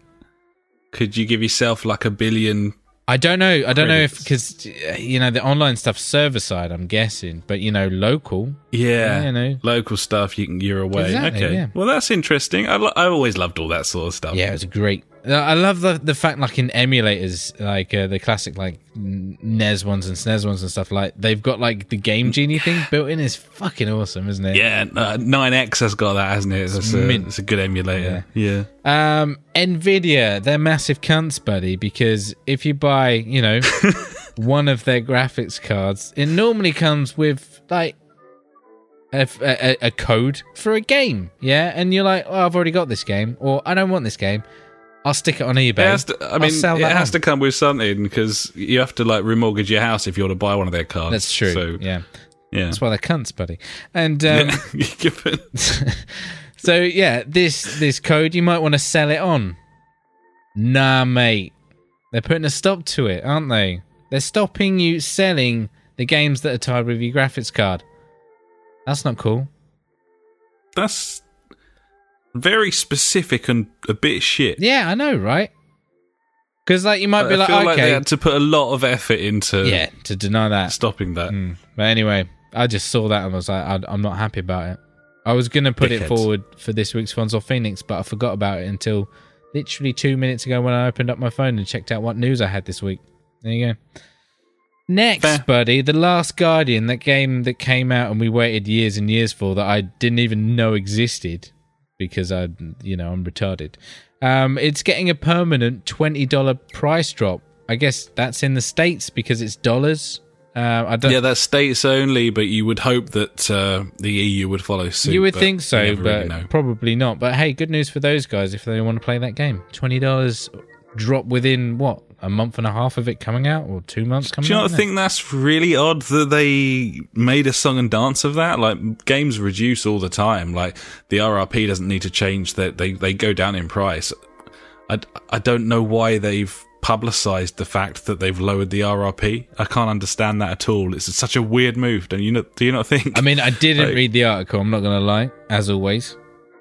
B: Could you give yourself like a billion?
A: I don't know. I don't know
B: Credits.
A: if because you know the online stuff server side. I'm guessing, but you know local.
B: Yeah,
A: Yeah, I know.
B: local stuff. You can, you're away.
A: Exactly,
B: okay.
A: yeah.
B: Well, that's interesting. I, lo- I always loved all that sort of stuff.
A: Yeah, it was great. Uh, I love the the fact like in emulators, like uh, the classic like N- NES ones and SNES ones and stuff. Like they've got like the Game Genie thing built in. Is fucking awesome, isn't it?
B: Yeah, uh, 9X has got that, hasn't it? That's a,
A: mint.
B: it's a good emulator. Yeah.
A: Um, Nvidia, they're massive cunts, buddy. Because if you buy, you know, one of their graphics cards, it normally comes with like a, a, a code for a game, yeah. And you're like, oh, I've already got this game, or I don't want this game. I'll stick it on eBay.
B: It has to, I
A: I'll
B: mean,
A: sell
B: it
A: that
B: has
A: on."
B: to come with something because you have to like remortgage your house if you want to buy one of their cards.
A: That's true.
B: So, yeah.
A: yeah, that's why they're cunts, buddy. And um,
B: You give it-
A: so yeah, this this code you might want to sell it on. Nah, mate. They're putting a stop to it, aren't they? They're stopping you selling the games that are tied with your graphics card. That's not cool.
B: that's very specific and a bit shit.
A: Yeah, I know, right? Because like you might be
B: I
A: like,
B: feel like they
A: okay,
B: had to put a lot of effort into
A: yeah, to deny that.
B: stopping that.
A: Mm. But anyway, I just saw that and was like, I, I'm not happy about it. I was gonna put it
B: Dickheads.
A: forward for this week's Fonz or Phoenix, but I forgot about it until literally two minutes ago when I opened up my phone and checked out what news I had this week. There you go. Next,
B: Fair.
A: buddy, The Last Guardian, that game that came out and we waited years and years for that I didn't even know existed because I, you know, I'm retarded. Um, it's getting a permanent $20 price drop. I guess that's in the States because it's dollars. Uh, I don't,
B: Yeah, that's states only, but you would hope that uh, the EU would follow suit.
A: You would
B: but
A: think
B: you
A: so,
B: never
A: but
B: really know.
A: probably not. But hey, good news for those guys if they want to play that game. Twenty dollars drop within what a month and a half of it coming out, or two months coming
B: Do you
A: out.
B: not
A: isn't it?
B: think that's really odd that they made a song and dance of that? Like games reduce all the time. Like the RRP doesn't need to change. That they, they go down in price. I, I don't know why they've publicized the fact that they've lowered the RRP. I can't understand that at all. It's such a weird move. Don't you not? Do you not think?
A: I mean, I didn't
B: Like-
A: read the article. I'm not gonna lie. As always,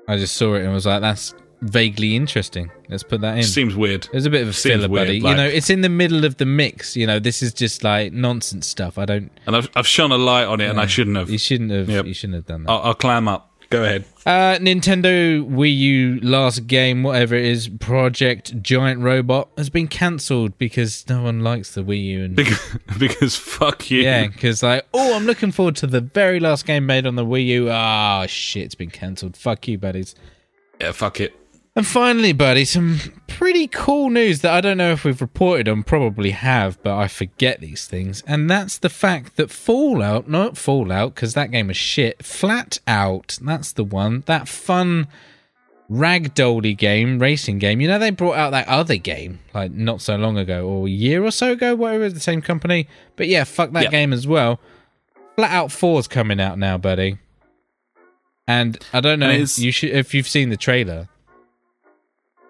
A: I just saw it and was like, "That's vaguely interesting. Let's put that in."
B: it seems weird.
A: There's a bit of a
B: seems
A: filler,
B: weird,
A: buddy.
B: like-
A: you know, it's in the middle of the mix. You know, this is just like nonsense stuff. I don't.
B: And I've I've shone a light on it, and I shouldn't have.
A: You shouldn't have.
B: Yep.
A: You shouldn't have done that.
B: I'll, I'll clam up. Go ahead.
A: Uh, Nintendo Wii U last game, whatever it is, Project Giant Robot has been cancelled because no one likes the Wii U. And
B: Because, because fuck you.
A: yeah, because like, oh, I'm looking forward to the very last game made on the Wii U. Ah, shit, it's been cancelled. Fuck you, buddies.
B: Yeah, fuck it.
A: And finally, buddy, some pretty cool news that I don't know if we've reported on, probably have, but I forget these things. And that's the fact that Fallout, not Fallout, because that game is shit, Flat Out, that's the one, that fun ragdolly game, racing game. You know, they brought out that other game like not so long ago, or a year or so ago, whatever, the same company. But yeah, fuck that
B: Yeah.
A: game as well. Flat Out Four's coming out now, buddy. And I don't know
B: And it's-
A: you should if you've seen the trailer.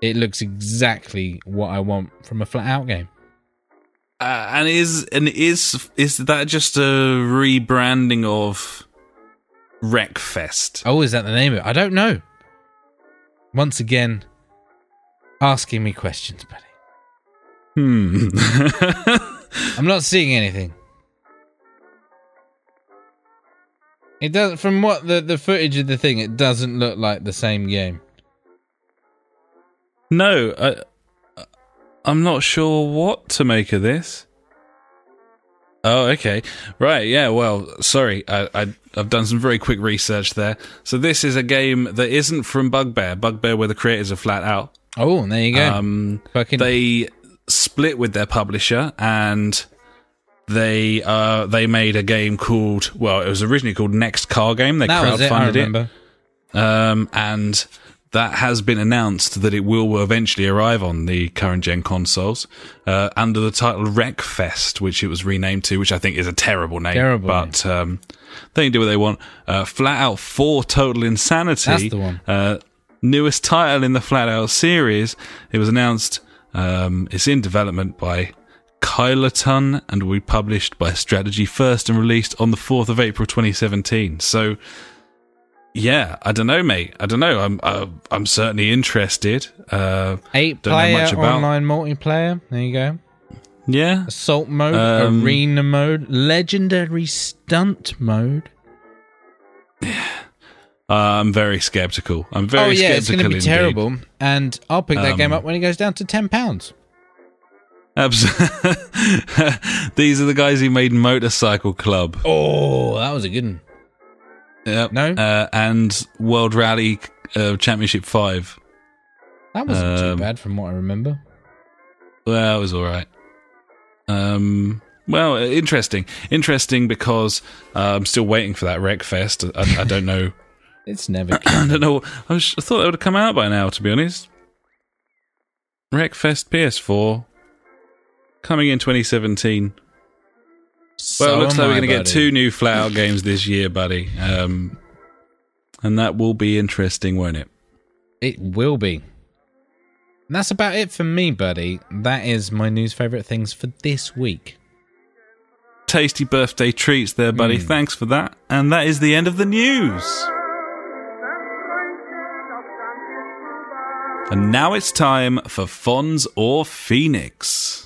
A: It looks exactly what I want from a Flat Out game.
B: Uh, and is and is is that just a rebranding of Wreckfest?
A: Oh, is that the name of it? I don't know. Once again, asking me questions, buddy.
B: Hmm.
A: I'm not seeing anything. It does from what the, the footage of the thing, it doesn't look like the same game.
B: no, I, I'm not sure what to make of this. Oh, okay, right, yeah. Well, sorry, I, I I've done some very quick research there. So this is a game that isn't from Bugbear. Bugbear were the creators of Flat Out.
A: Oh, there you go.
B: Um,
A: Fucking
B: they split with their publisher and they uh they made a game called well it was originally called next car game they
A: that was it. I
B: crowdfunded it,
A: remember.
B: um and that has been announced that it will eventually arrive on the current gen consoles uh, under the title Wreckfest, which it was renamed to, which I think is a terrible name.
A: Terrible
B: but um, they can do what they want. Uh, Flat Out Four: Total Insanity.
A: That's the one.
B: Uh, newest title in the Flat Out series. It was announced. Um, it's in development by Kyloton and will be published by Strategy First and released on the 4th of April 2017. So, yeah, I don't know, mate. I don't know. I'm uh, I'm certainly interested. Uh,
A: Eight
B: don't know
A: player
B: much about-
A: online multiplayer. There you go.
B: yeah,
A: Assault mode,
B: Um,
A: arena mode, legendary stunt mode.
B: uh, I'm very skeptical. I'm very
A: Oh yeah, it's
B: skeptical.
A: going to be
B: indeed.
A: terrible. And I'll pick that
B: Um,
A: game up when it goes down to ten pounds.
B: Abs- These are the guys who made Motorcycle Club.
A: Oh, that was a good one.
B: Yep.
A: No?
B: Uh, and World Rally uh, Championship 5.
A: That wasn't
B: Um,
A: too bad from what I remember.
B: Well, it was all right. Um, well, uh, interesting. Interesting because uh, I'm still waiting for that Wreckfest. I, I don't know.
A: It's never.
B: I don't know. I, was, I thought that would have come out by now, to be honest. Wreckfest PS4 coming in 2017. Well,
A: So
B: it looks
A: am
B: like we're
A: I,
B: going to get
A: buddy.
B: two new Flat Out games this year, buddy. Um, and that will be interesting, won't it?
A: It will be. And that's about it for me, buddy. That is my news favorite things for this week.
B: tasty birthday treats there, buddy. Thanks for that. And that is the end of the news. And now it's time for Fonz or Phoenix.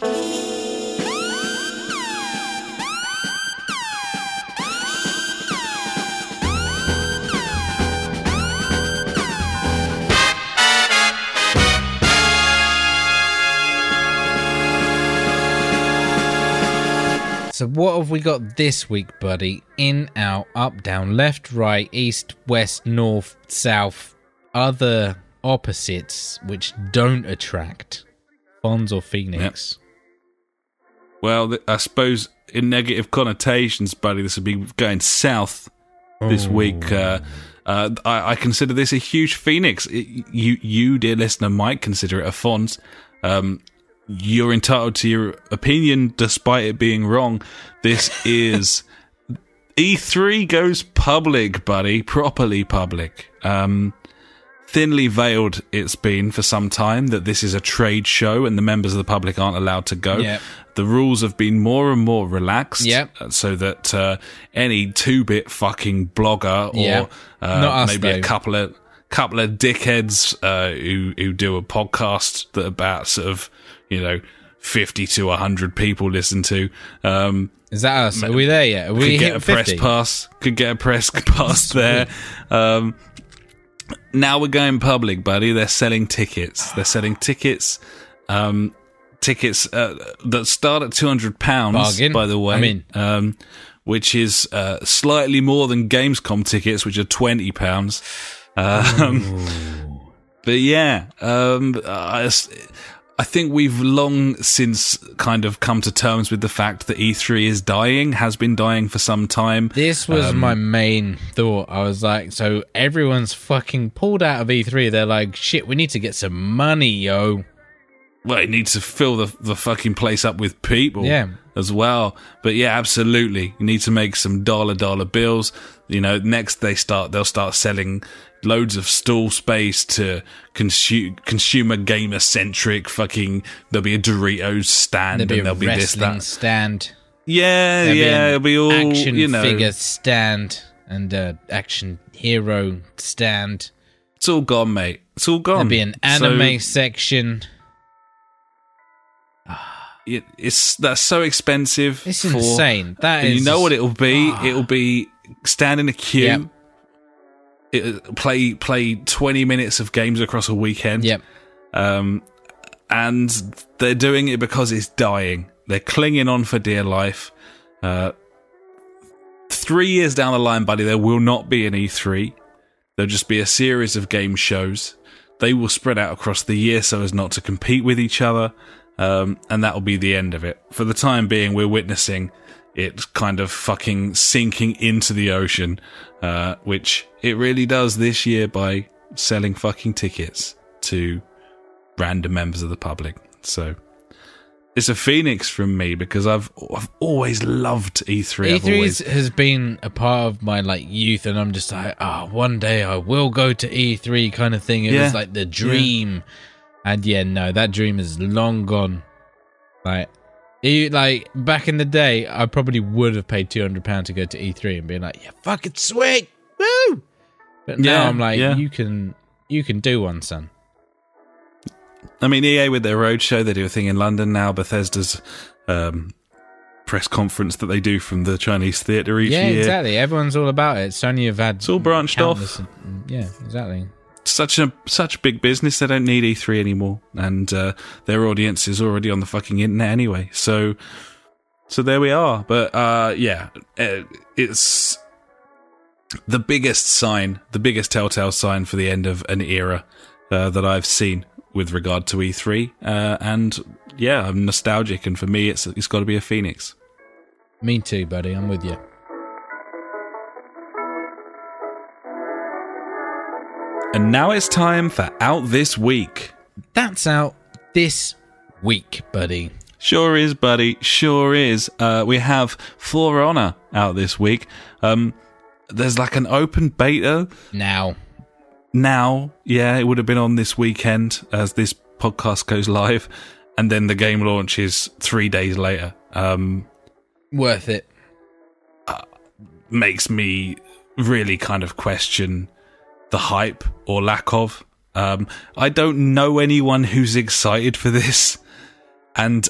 A: So, what have we got this week, buddy? In, out, up, down, left, right, east, west, north, south, other opposites which don't attract Fonz or Phoenix.
B: Well, th- I suppose in negative connotations, buddy, this would be going south this
A: Oh.
B: week. Uh, uh, I, I consider this a huge Phoenix. It- you, you, dear listener, might consider it a Fonz. Um, you're entitled to your opinion despite it being wrong. This is E3 goes public, buddy, properly public. Um, thinly veiled, it's been for some time that this is a trade show and the members of the public aren't allowed to go.
A: Yep.
B: The rules have been more and more relaxed,
A: Yep.
B: uh, so that uh, any two-bit fucking blogger or
A: Yeah.
B: uh,
A: Not us,
B: maybe
A: though.
B: a couple of couple of dickheads uh, who who do a podcast that about sort of you know fifty to hundred people listen to. Um,
A: Is that us? Are we there yet? Are we
B: could get
A: hit
B: a press
A: 50?
B: pass. Could get a press pass there. Um, now we're going public, buddy. They're selling tickets. They're selling tickets. Um, tickets uh, that start at two hundred pounds.
A: Bargain.
B: By the way,
A: I'm in.
B: Um, which is uh, slightly more than Gamescom tickets, which are twenty pounds. Um, but yeah, um, I s- I think we've long since kind of come to terms with the fact that E3 is dying, has been dying for some time.
A: This was
B: Um,
A: my main thought. I was like, so everyone's fucking pulled out of E3. They're like, shit, we need to get some money, yo.
B: Well, it needs to fill the, the fucking place up with people
A: Yeah.
B: as well. But yeah, absolutely. You need to make some dollar dollar bills. You know, next they start, they'll start selling loads of stall space to consu- consumer gamer centric fucking, there'll be a Doritos stand
A: There'll be
B: and
A: a
B: there'll be this,
A: wrestling
B: that.
A: stand.
B: Yeah,
A: There'll
B: yeah,
A: an
B: it'll be all,
A: action
B: you know,
A: figure stand and a action hero stand.
B: it's all gone, mate. It's all gone.
A: There'll be an
B: So-
A: anime section.
B: it, it's that's so expensive.
A: It's
B: for-
A: insane. That
B: and
A: is,
B: you know what it'll be? it'll be stand in a queue.
A: Yep.
B: It, uh, play play twenty minutes of games across a weekend.
A: Yep.
B: Um, and they're doing it because it's dying. They're clinging on for dear life. Uh, three years down the line, buddy, there will not be an E3. There'll just be a series of game shows. They will spread out across the year so as not to compete with each other. Um, and that will be the end of it. For the time being, we're witnessing it kind of fucking sinking into the ocean, uh, which it really does this year by selling fucking tickets to random members of the public. So it's a phoenix from me because I've I've always loved E3. I've
A: E3
B: always
A: 's- E has been a part of my like youth, and I'm just like, ah, one day I will go to E3 kind of thing. It
B: Yeah.
A: was like the dream, and yeah, no, that dream is long gone. Like, e- like back in the day, I probably would have paid two hundred pounds to go to E3 and be like, yeah, fuck it's sweet, woo. But now
B: Yeah,
A: I'm like,
B: yeah.
A: you can, you can do one, son.
B: I mean, EA with their roadshow, they do a thing in London now. Bethesda's um, press conference that they do from the Chinese theatre each
A: yeah,
B: year.
A: exactly. Everyone's all about it. Sony have had it's
B: all branched off.
A: Yeah, exactly.
B: Such a such big business, they don't need E3 anymore, and uh, their audience is already on the fucking internet anyway. So, so there we are. But uh, yeah, uh, it's the biggest sign, the biggest telltale sign for the end of an era uh, that I've seen with regard to E3. Uh, and yeah, I'm nostalgic, and for me, it's it's got to be a phoenix.
A: Me too, buddy. I'm with you.
B: And now it's time for Out This Week.
A: That's out this week, buddy.
B: Sure is, buddy. Sure is. Uh, we have For Honor out this week. Um, there's like an open beta
A: Now,
B: now. Yeah, it would have been on this weekend as this podcast goes live. And then the game launches three days later. Um,
A: worth it.
B: makes me really kind of question the hype or lack of. Um, I don't know anyone who's excited for this, and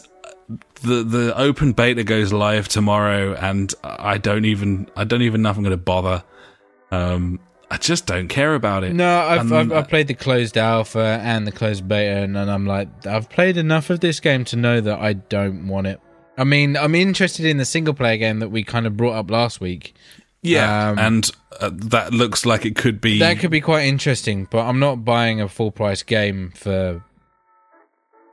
B: the the open beta goes live tomorrow, and I don't even I don't even know if I'm going to bother. Um, I just don't care about it.
A: No, I've,
B: Um,
A: I've, I've played the closed alpha and the closed beta, and, and I'm like, I've played enough of this game to know that I don't want it. I mean, I'm interested in the single player game that we kind of brought up last week.
B: yeah,
A: um,
B: and uh, that looks like it could be
A: That could be quite interesting, but I'm not buying a full price game for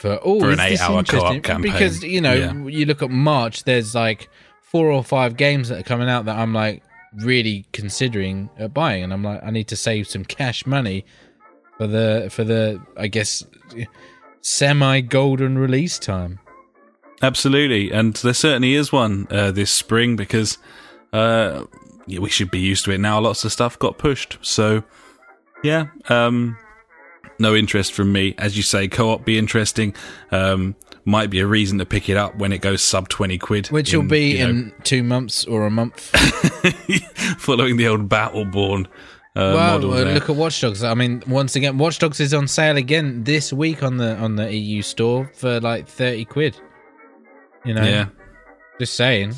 A: for oh,
B: For an
A: is this
B: eight-hour co-op
A: interesting?
B: campaign.
A: Because you know,
B: Yeah.
A: you look at March, there's like four or five games that are coming out that I'm like really considering uh, buying, and I'm like, I need to save some cash money for the for the I guess semi golden release time.
B: Absolutely, and there certainly is one uh, this spring because uh, yeah, we should be used to it now. Lots of stuff got pushed, so yeah, um, no interest from me. As you say, co-op be interesting. Um, might be a reason to pick it up when it goes sub twenty quid,
A: Which will
B: you
A: be
B: know,
A: in two months or a month.
B: following the old Battleborn uh,
A: well,
B: model.
A: well,
B: there.
A: look at Watch Dogs. I mean, once again, Watch Dogs is on sale again this week on the on the EU store for like thirty quid. You know,
B: yeah,
A: just saying.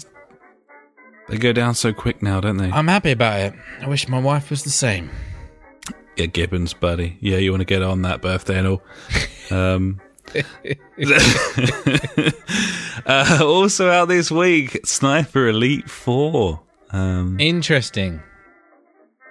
B: they go down so quick now, don't they?
A: I'm happy about it. I wish my wife was the same.
B: Yeah, Gibbons, buddy. Yeah, you want to get on that birthday and all. Um, uh, also out this week, Sniper Elite Four. Um,
A: Interesting.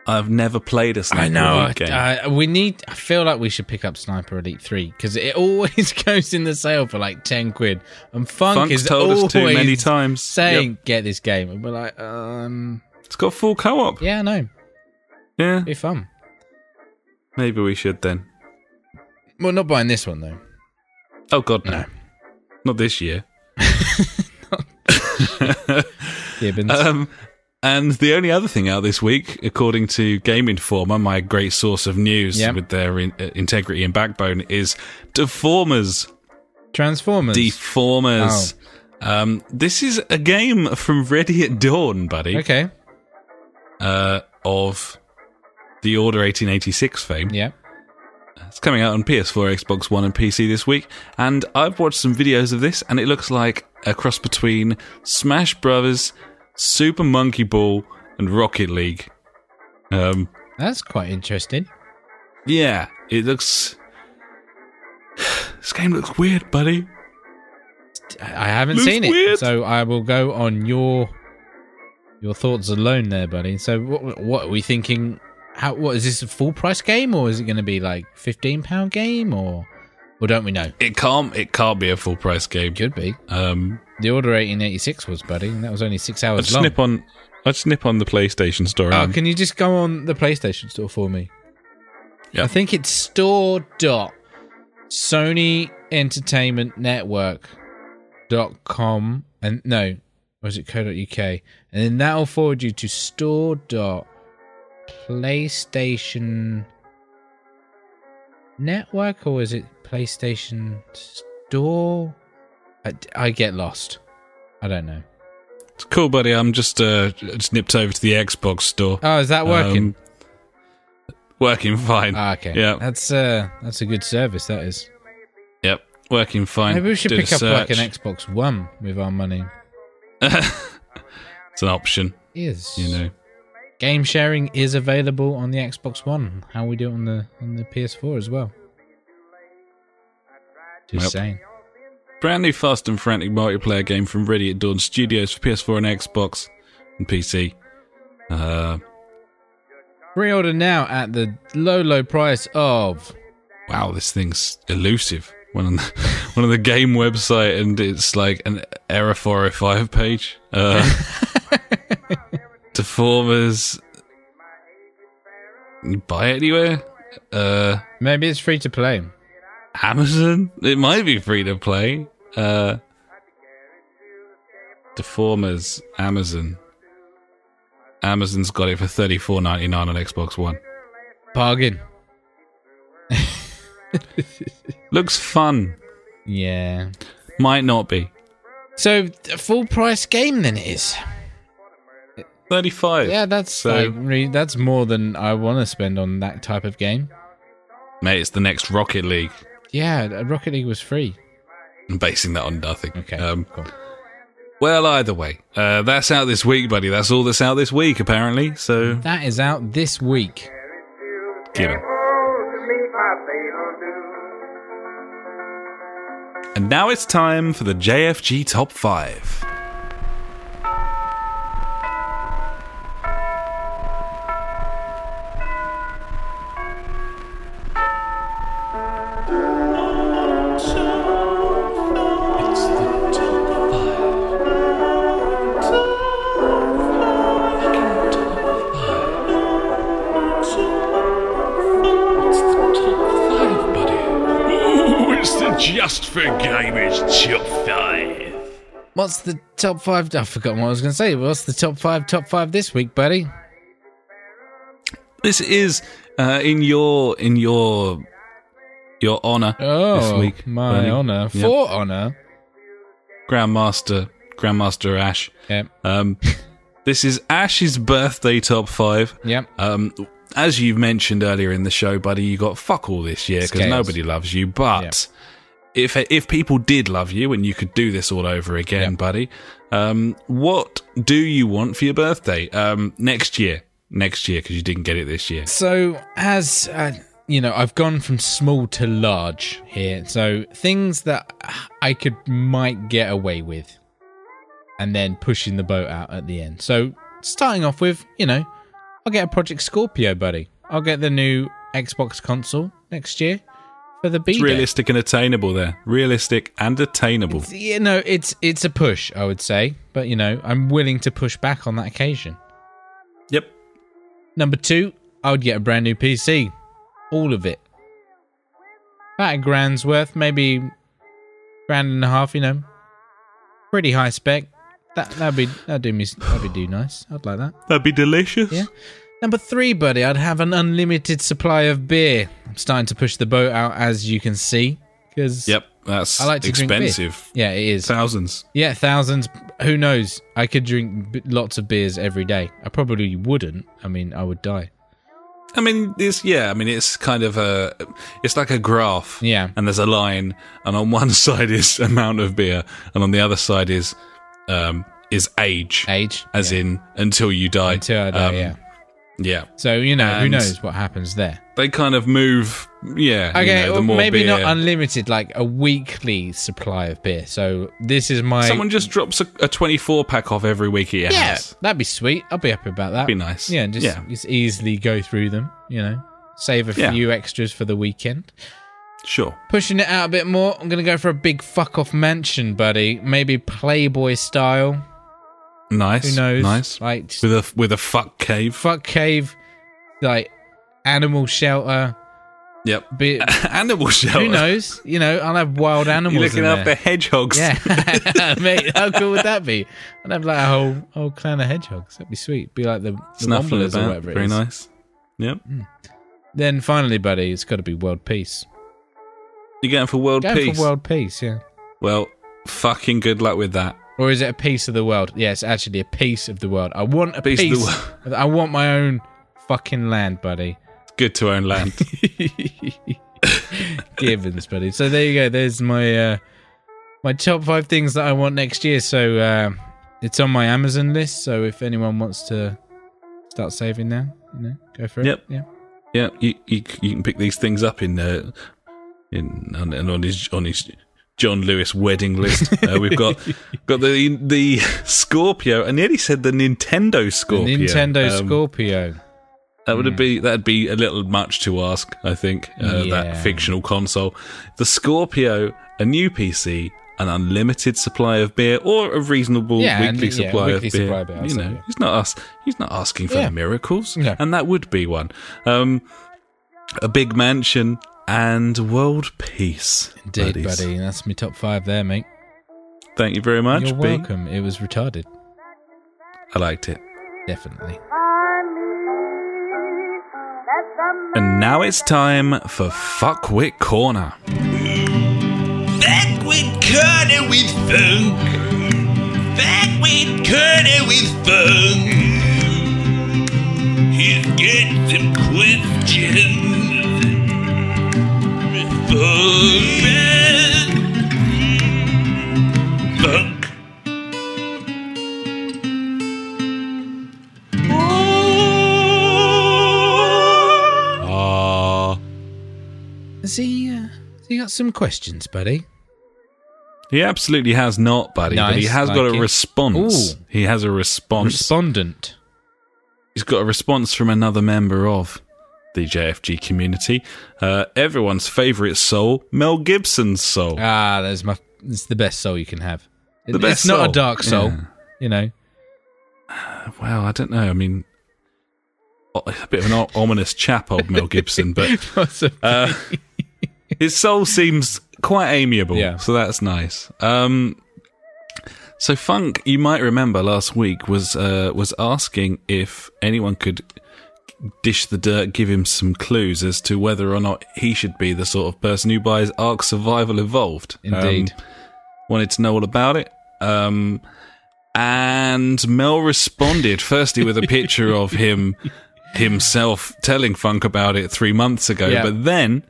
B: I've never played a Sniper
A: I know.
B: Elite game.
A: Uh, we need. I feel like we should pick up Sniper Elite Three because it always goes in the sale for like ten quid. And Funk
B: Funk's
A: is
B: told
A: always
B: us too many times.
A: saying, "Get this game," and we're like, um,
B: It's got full co-op.
A: yeah, no,
B: Yeah,
A: be fun.
B: maybe we should then.
A: Well, not buying this one though.
B: Oh God, no,
A: No.
B: not this year.
A: Gibbons.
B: Um, and the only other thing out this week, according to Game Informer, my great source of news
A: Yep.
B: with their in- uh, integrity and backbone, is Deformers.
A: Transformers. Oh.
B: Deformers. Um, this is a game from Ready at Dawn, buddy,
A: okay.
B: uh, of the Order 1886 fame.
A: Yeah.
B: It's coming out on PS4, Xbox One, and PC this week. And I've watched some videos of this, and it looks like a cross between Smash Brothers, Super Monkey Ball, and Rocket League. Um,
A: That's quite interesting.
B: yeah, it looks. this game looks weird, buddy.
A: I I haven't
B: Looks
A: seen it,
B: weird.
A: so I will go on your your thoughts alone, there, buddy. So, what, what are we thinking? How what is this a full price game, or is it going to be like fifteen pound game, or or don't we know?
B: It can't. It can't be a full price game.
A: Could be
B: Um,
A: the order eighteen eighty six was, buddy, and that was only six
B: I'd
A: hours long.
B: snip on. I'd snip on the PlayStation Store.
A: Oh,
B: um,
A: can you just go on the PlayStation Store for me?
B: Yeah.
A: I think it's store dot Sony Entertainment Network dot com and no, or is it co.uk? And then that'll forward you to store dot PlayStation Network or is it PlayStation Store? I, I get lost. I don't know.
B: It's cool, buddy. I'm just uh, just nipped over to the Xbox Store.
A: Oh, is that working?
B: Um, working fine.
A: Ah, okay.
B: Yeah.
A: That's uh that's a good service that is.
B: Yep, working fine.
A: Maybe we should
B: Did a
A: pick up like an
B: search.
A: Xbox One with our money.
B: It's an option,
A: Is
B: you know.
A: game sharing is available on the Xbox One. How we do it on the on the PS4 as well. Just
B: Yep.
A: saying.
B: Brand new fast and frantic multiplayer game from Ready at Dawn Studios for PS4 and Xbox and PC. Uh,
A: Pre-order now at the low low price of
B: wow, this thing's elusive. One on the, one on the game website, and it's like an error 405 page. Uh, Deformers. Buy it anywhere? Uh,
A: maybe it's free to play.
B: Amazon. It might be free to play. Uh, Deformers, Amazon. Amazon's got it for thirty four ninety nine on Xbox One.
A: Bargain.
B: Looks fun.
A: Yeah.
B: Might not be.
A: So a full price game then it is.
B: Thirty five.
A: Yeah, that's
B: so.
A: like re- that's more than I want to spend on that type of game.
B: mate, it's the next Rocket League.
A: Yeah, Rocket League was free.
B: I'm basing that on nothing.
A: Okay.
B: Um,
A: cool.
B: well, either way, uh, that's out this week, buddy. That's all that's out this week, apparently. So
A: That is out this week.
B: get 'em. And now it's time for the JFG Top 5.
D: It's the Just for Gamers Top 5.
A: What's the top five? I've forgotten what I was going to say. What's the top five? Top five this week, buddy.
B: This is uh, in your in your your honor
A: Oh,
B: this week.
A: my
B: buddy.
A: honor,
B: Yeah.
A: for honor.
B: Grandmaster Grandmaster Ash.
A: Yep,
B: Um, this is Ash's birthday top five.
A: yep.
B: Um, as you've mentioned earlier in the show, buddy, you got fuck all this year because
A: Scales.
B: nobody loves you. But if if people did love you and you could do this all over again,
A: Yep.
B: buddy, um, what do you want for your birthday um, next year? Next year because you didn't get it this year.
A: So, as uh, you know, I've gone from small to large here. So, things that I could might get away with, and then pushing the boat out at the end. So, starting off with, you know, I'll get a Project Scorpio, buddy. I'll get the new Xbox console next year for the B.
B: It's
A: Day.
B: realistic and attainable there. Realistic and attainable.
A: You know, it's it's a push, I would say, but you know, I'm willing to push back on that occasion.
B: Yep.
A: Number two, I would get a brand new PC, all of it. About a grand's worth, maybe grand and a half. You know, pretty high spec. That that'd be that'd do me that'd be do nice. I'd like that.
B: That'd be delicious.
A: Yeah. Number three, buddy, I'd have an unlimited supply of beer. I'm starting to push the boat out, as you can see, because
B: Yep. That's
A: I like to drink beer.
B: expensive.
A: Yeah, it is.
B: Thousands.
A: Yeah, thousands. Who knows? I could drink b- lots of beers every day. I probably wouldn't. I mean, I would die.
B: I mean, it's yeah. I mean, it's kind of a, it's like a graph.
A: Yeah.
B: And there's a line, and on one side is amount of beer, and on the other side is, um, is age,
A: Age.
B: as in until you die.
A: Until I die,
B: Um,
A: yeah.
B: Yeah.
A: So, you know, who
B: and-
A: knows what happens there.
B: They kind of move. Yeah. you
A: Okay,
B: know, the
A: well,
B: more
A: maybe not
B: beer-
A: unlimited, like a weekly supply of beer. So, this is my.
B: Someone just drops a, a 24 pack off every week he has.
A: yeah, that'd be sweet. I'll be happy about that.
B: Be nice.
A: Yeah, and just,
B: Yeah.
A: just easily go through them, you know. Save a
B: Yeah.
A: few extras for the weekend.
B: Sure.
A: Pushing it out a bit more, I'm going to go for a big fuck off mansion, buddy. Maybe Playboy style.
B: Nice.
A: Who knows?
B: Nice.
A: Like just
B: With a with a fuck cave.
A: fuck cave, like animal shelter.
B: Yep.
A: Be,
B: Animal shelter.
A: who knows? You know, I'll have wild animals.
B: You're looking
A: in
B: after
A: there.
B: hedgehogs.
A: Yeah, mate. How cool would that be? I'd have like a whole whole clan of hedgehogs. That'd be sweet. Be like the, the
B: Snuffling
A: Wobblers or
B: about.
A: whatever it
B: Very
A: is.
B: nice. Yep.
A: Then finally, buddy, it's got to be world peace.
B: You're going for world
A: Going
B: peace.
A: for world peace, yeah.
B: well, fucking good luck with that.
A: Or is it a piece of the world? Yeah, it's actually a piece of the world. I want a
B: Piece
A: piece.
B: of the world.
A: I want my own fucking land, buddy.
B: It's good to own land.
A: Givens, buddy. So there you go. There's my uh, my top five things that I want next year. So uh, it's on my Amazon list. So if anyone wants to start saving now, you know, go for it.
B: Yep.
A: Yeah.
B: yeah, you, you you can pick these things up in uh, in on, and on his on his John Lewis wedding list. Uh, we've got got the the Scorpio. I nearly said the Nintendo Scorpio.
A: Nintendo
B: Um,
A: Scorpio.
B: That
A: Mm.
B: would be that'd be a little much to ask, I think. Uh,
A: Yeah.
B: That fictional console, the Scorpio, a new PC, an unlimited supply of beer, or a reasonable
A: Yeah, and-
B: weekly
A: yeah,
B: supply
A: weekly
B: of beer.
A: supply of beer, I'd
B: you
A: say,
B: know,
A: yeah.
B: he's not us. He's not asking for
A: Yeah.
B: miracles,
A: No.
B: and that would be one. Um, a big mansion and world peace.
A: Indeed,
B: buddies.
A: buddy. That's my top five there, mate.
B: Thank you very much.
A: You're
B: B.
A: welcome. It was retarded.
B: I liked it.
A: Definitely.
B: And now it's time for Fuckwit Corner.
E: Backward corner with funk. Backwit corner with funk. He's got some questions. Funk. Funk.
B: Ah,
A: Has he, uh, has he got some questions, buddy?
B: He absolutely has not, buddy. but he
A: Nice,
B: has got
A: like
B: a
A: it.
B: response.
A: Ooh.
B: He has a response.
A: Respondent.
B: He's got a response from another member of the JFG community. Uh, everyone's favourite soul, Mel Gibson's soul.
A: Ah, there's my. It's the best soul you can have.
B: The
A: It-
B: best
A: it's not
B: soul.
A: a dark soul.
B: Yeah.
A: You know.
B: well, I don't know. I mean, o- a bit of an o- ominous chap, old Mel Gibson, but uh, his soul seems quite amiable.
A: Yeah.
B: So that's nice. Um, so Funk, you might remember last week was uh, was asking if anyone could dish the dirt, give him some clues as to whether or not he should be the sort of person who buys Ark Survival Evolved. Um,
A: Indeed.
B: wanted to know all about it. Um, and Mel responded firstly with a picture of him himself telling Funk about it three months ago,
A: Yeah.
B: but then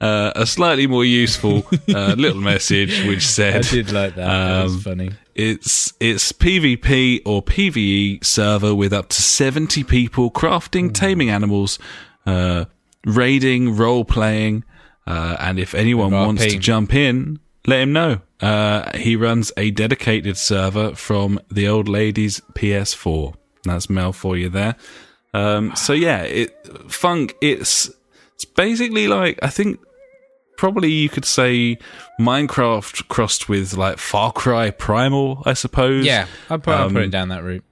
B: uh, a slightly more useful uh, little message which
A: I
B: said
A: did like that. that
B: Um,
A: was funny.
B: it's it's PvP or PvE server with up to seventy people
A: Mm.
B: crafting, taming animals, uh, raiding, role playing, uh, and if anyone
A: RP.
B: wants to jump in, let him know. Uh, he runs a dedicated server from the old lady's PS4. That's Mel for you there. Um, so yeah, it funk. It's it's basically like I think probably you could say Minecraft crossed with like Far Cry Primal, I suppose.
A: Yeah, I'll put, I'll
B: Um,
A: put it down that route.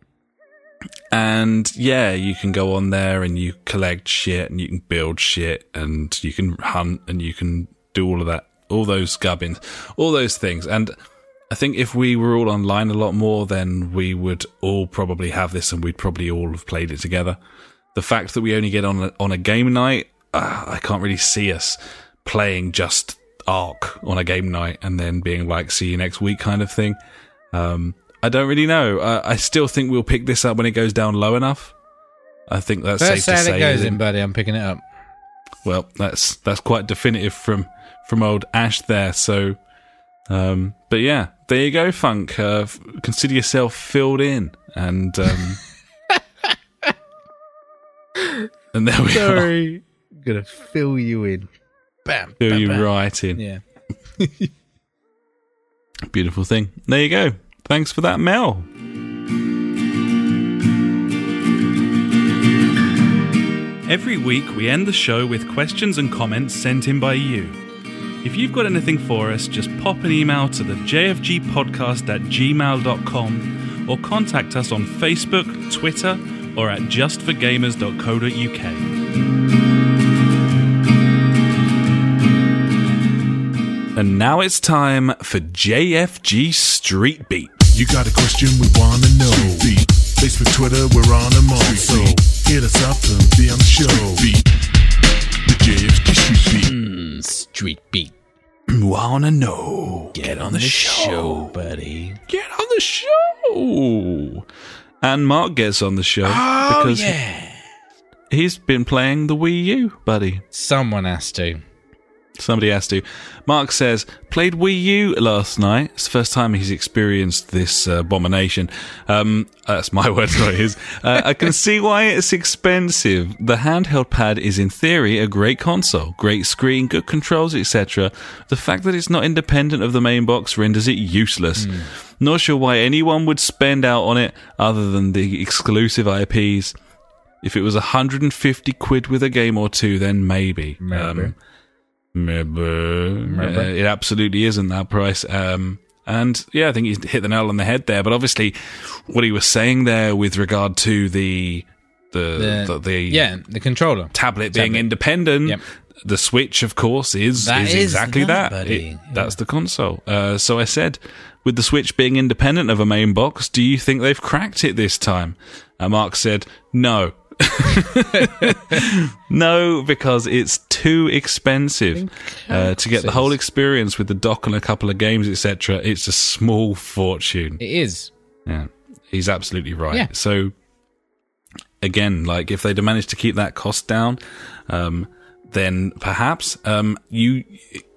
B: And yeah, you can go on there and you collect shit and you can build shit and you can hunt and you can do all of that, all those gubbins, all those things. And I think if we were all online a lot more, then we would all probably have this and we'd probably all have played it together. The fact that we only get on a, on a game night, uh, I can't really see us playing just Ark on a game night and then being like, see you next week kind of thing. Um, I don't really know. I, I still think we'll pick this up when it goes down low enough. I think that's
A: Let's
B: safe to
A: say how
B: say.
A: it goes
B: isn't
A: in,
B: it?
A: buddy. I'm picking it up.
B: Well, that's that's quite definitive from from old Ash there. So, um, but yeah, there you go, Funk. Uh, f- consider yourself filled in, and um, and there we are.
A: Sorry. Gonna fill you in. Bam.
B: Fill
A: bam,
B: you
A: bam.
B: right in.
A: Yeah.
B: Beautiful thing. There you go. Thanks for that, Mel. Every week, we end the show with questions and comments sent in by you. If you've got anything for us, just pop an email to the jfgpodcast at gmail.com or contact us on Facebook, Twitter, or at justforgamers.co.uk. And now it's time for JFG Street Beat.
F: You got a question we wanna know. Facebook, Twitter, we're on them all. So hit us up and be on the show. The JFG Street Beat.
A: Street beat.
B: Wanna know? Get on the
A: Show, buddy.
B: Get on the show. And Mark gets on the show because he's been playing the Wii U, buddy.
A: Someone has to.
B: Somebody has to. Mark says, played Wii U last night. It's the first time he's experienced this uh, abomination. Um, that's my word, not his. Uh, I can see why it's expensive. The handheld pad is, in theory, a great console. Great screen, good controls, etc. The fact that it's not independent of the main box renders it useless. Not sure why anyone would spend out on it other than the exclusive IPs. If it was 150 quid with a game or two, then maybe. Um,
A: Maybe.
B: Maybe. Uh, it absolutely isn't that price. Um, and yeah, I think he's hit the nail on the head there. But obviously, what he was saying there with regard to the the the, the
A: yeah, the controller.
B: tablet being
A: Tablet.
B: independent,
A: Yep.
B: the Switch, of course, is
A: That
B: is
A: is
B: exactly
A: that,
B: that.
A: buddy.
B: It- That's the console. Uh, so I said, with the Switch being independent of a main box, do you think they've cracked it this time? And Mark said, no. no, because it's too expensive uh, to get the whole experience with the dock and a couple of games, etc. It's a small fortune.
A: It is.
B: Yeah, he's absolutely right.
A: Yeah.
B: So again, like if they'd have managed to keep that cost down, um, then perhaps um, you.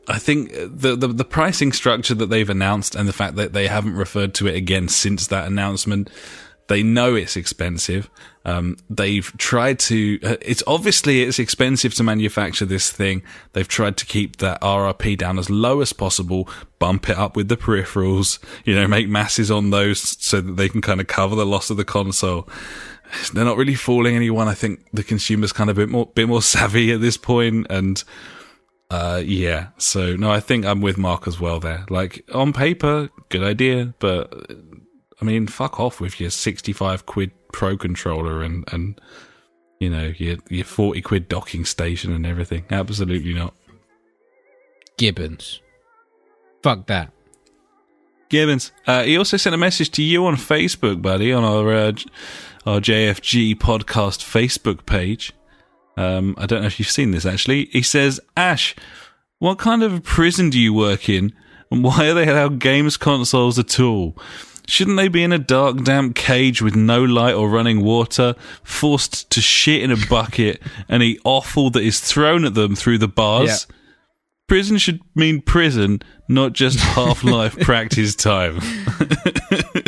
B: I think the, the the pricing structure that they've announced and the fact that they haven't referred to it again since that announcement, they know it's expensive. Um, they've tried to. uh, It's obviously it's expensive to manufacture this thing. They've tried to keep that RRP down as low as possible, bump it up with the peripherals. You know, make masses on those so that they can kind of cover the loss of the console they're not really fooling anyone. I think the consumer's kind of a bit more bit more savvy at this point, and uh, yeah. So no, I think I'm with Mark as well there. Like on paper, good idea, but uh, I mean, fuck off with your 65 quid pro controller and and you know your your 40 quid docking station and everything. Absolutely not.
A: Gibbons. Fuck that.
B: Gibbons. Uh, he also sent a message to you on Facebook, buddy, on our uh, J- our JFG podcast Facebook page. Um, I don't know if you've seen this actually. He says, Ash, what kind of a prison do you work in, and why are they allowed games consoles at all? Shouldn't they be in a dark, damp cage with no light or running water, forced to shit in a bucket and eat offal that is thrown at them through the bars?
A: Yeah.
B: Prison should mean prison, not just half life practice time.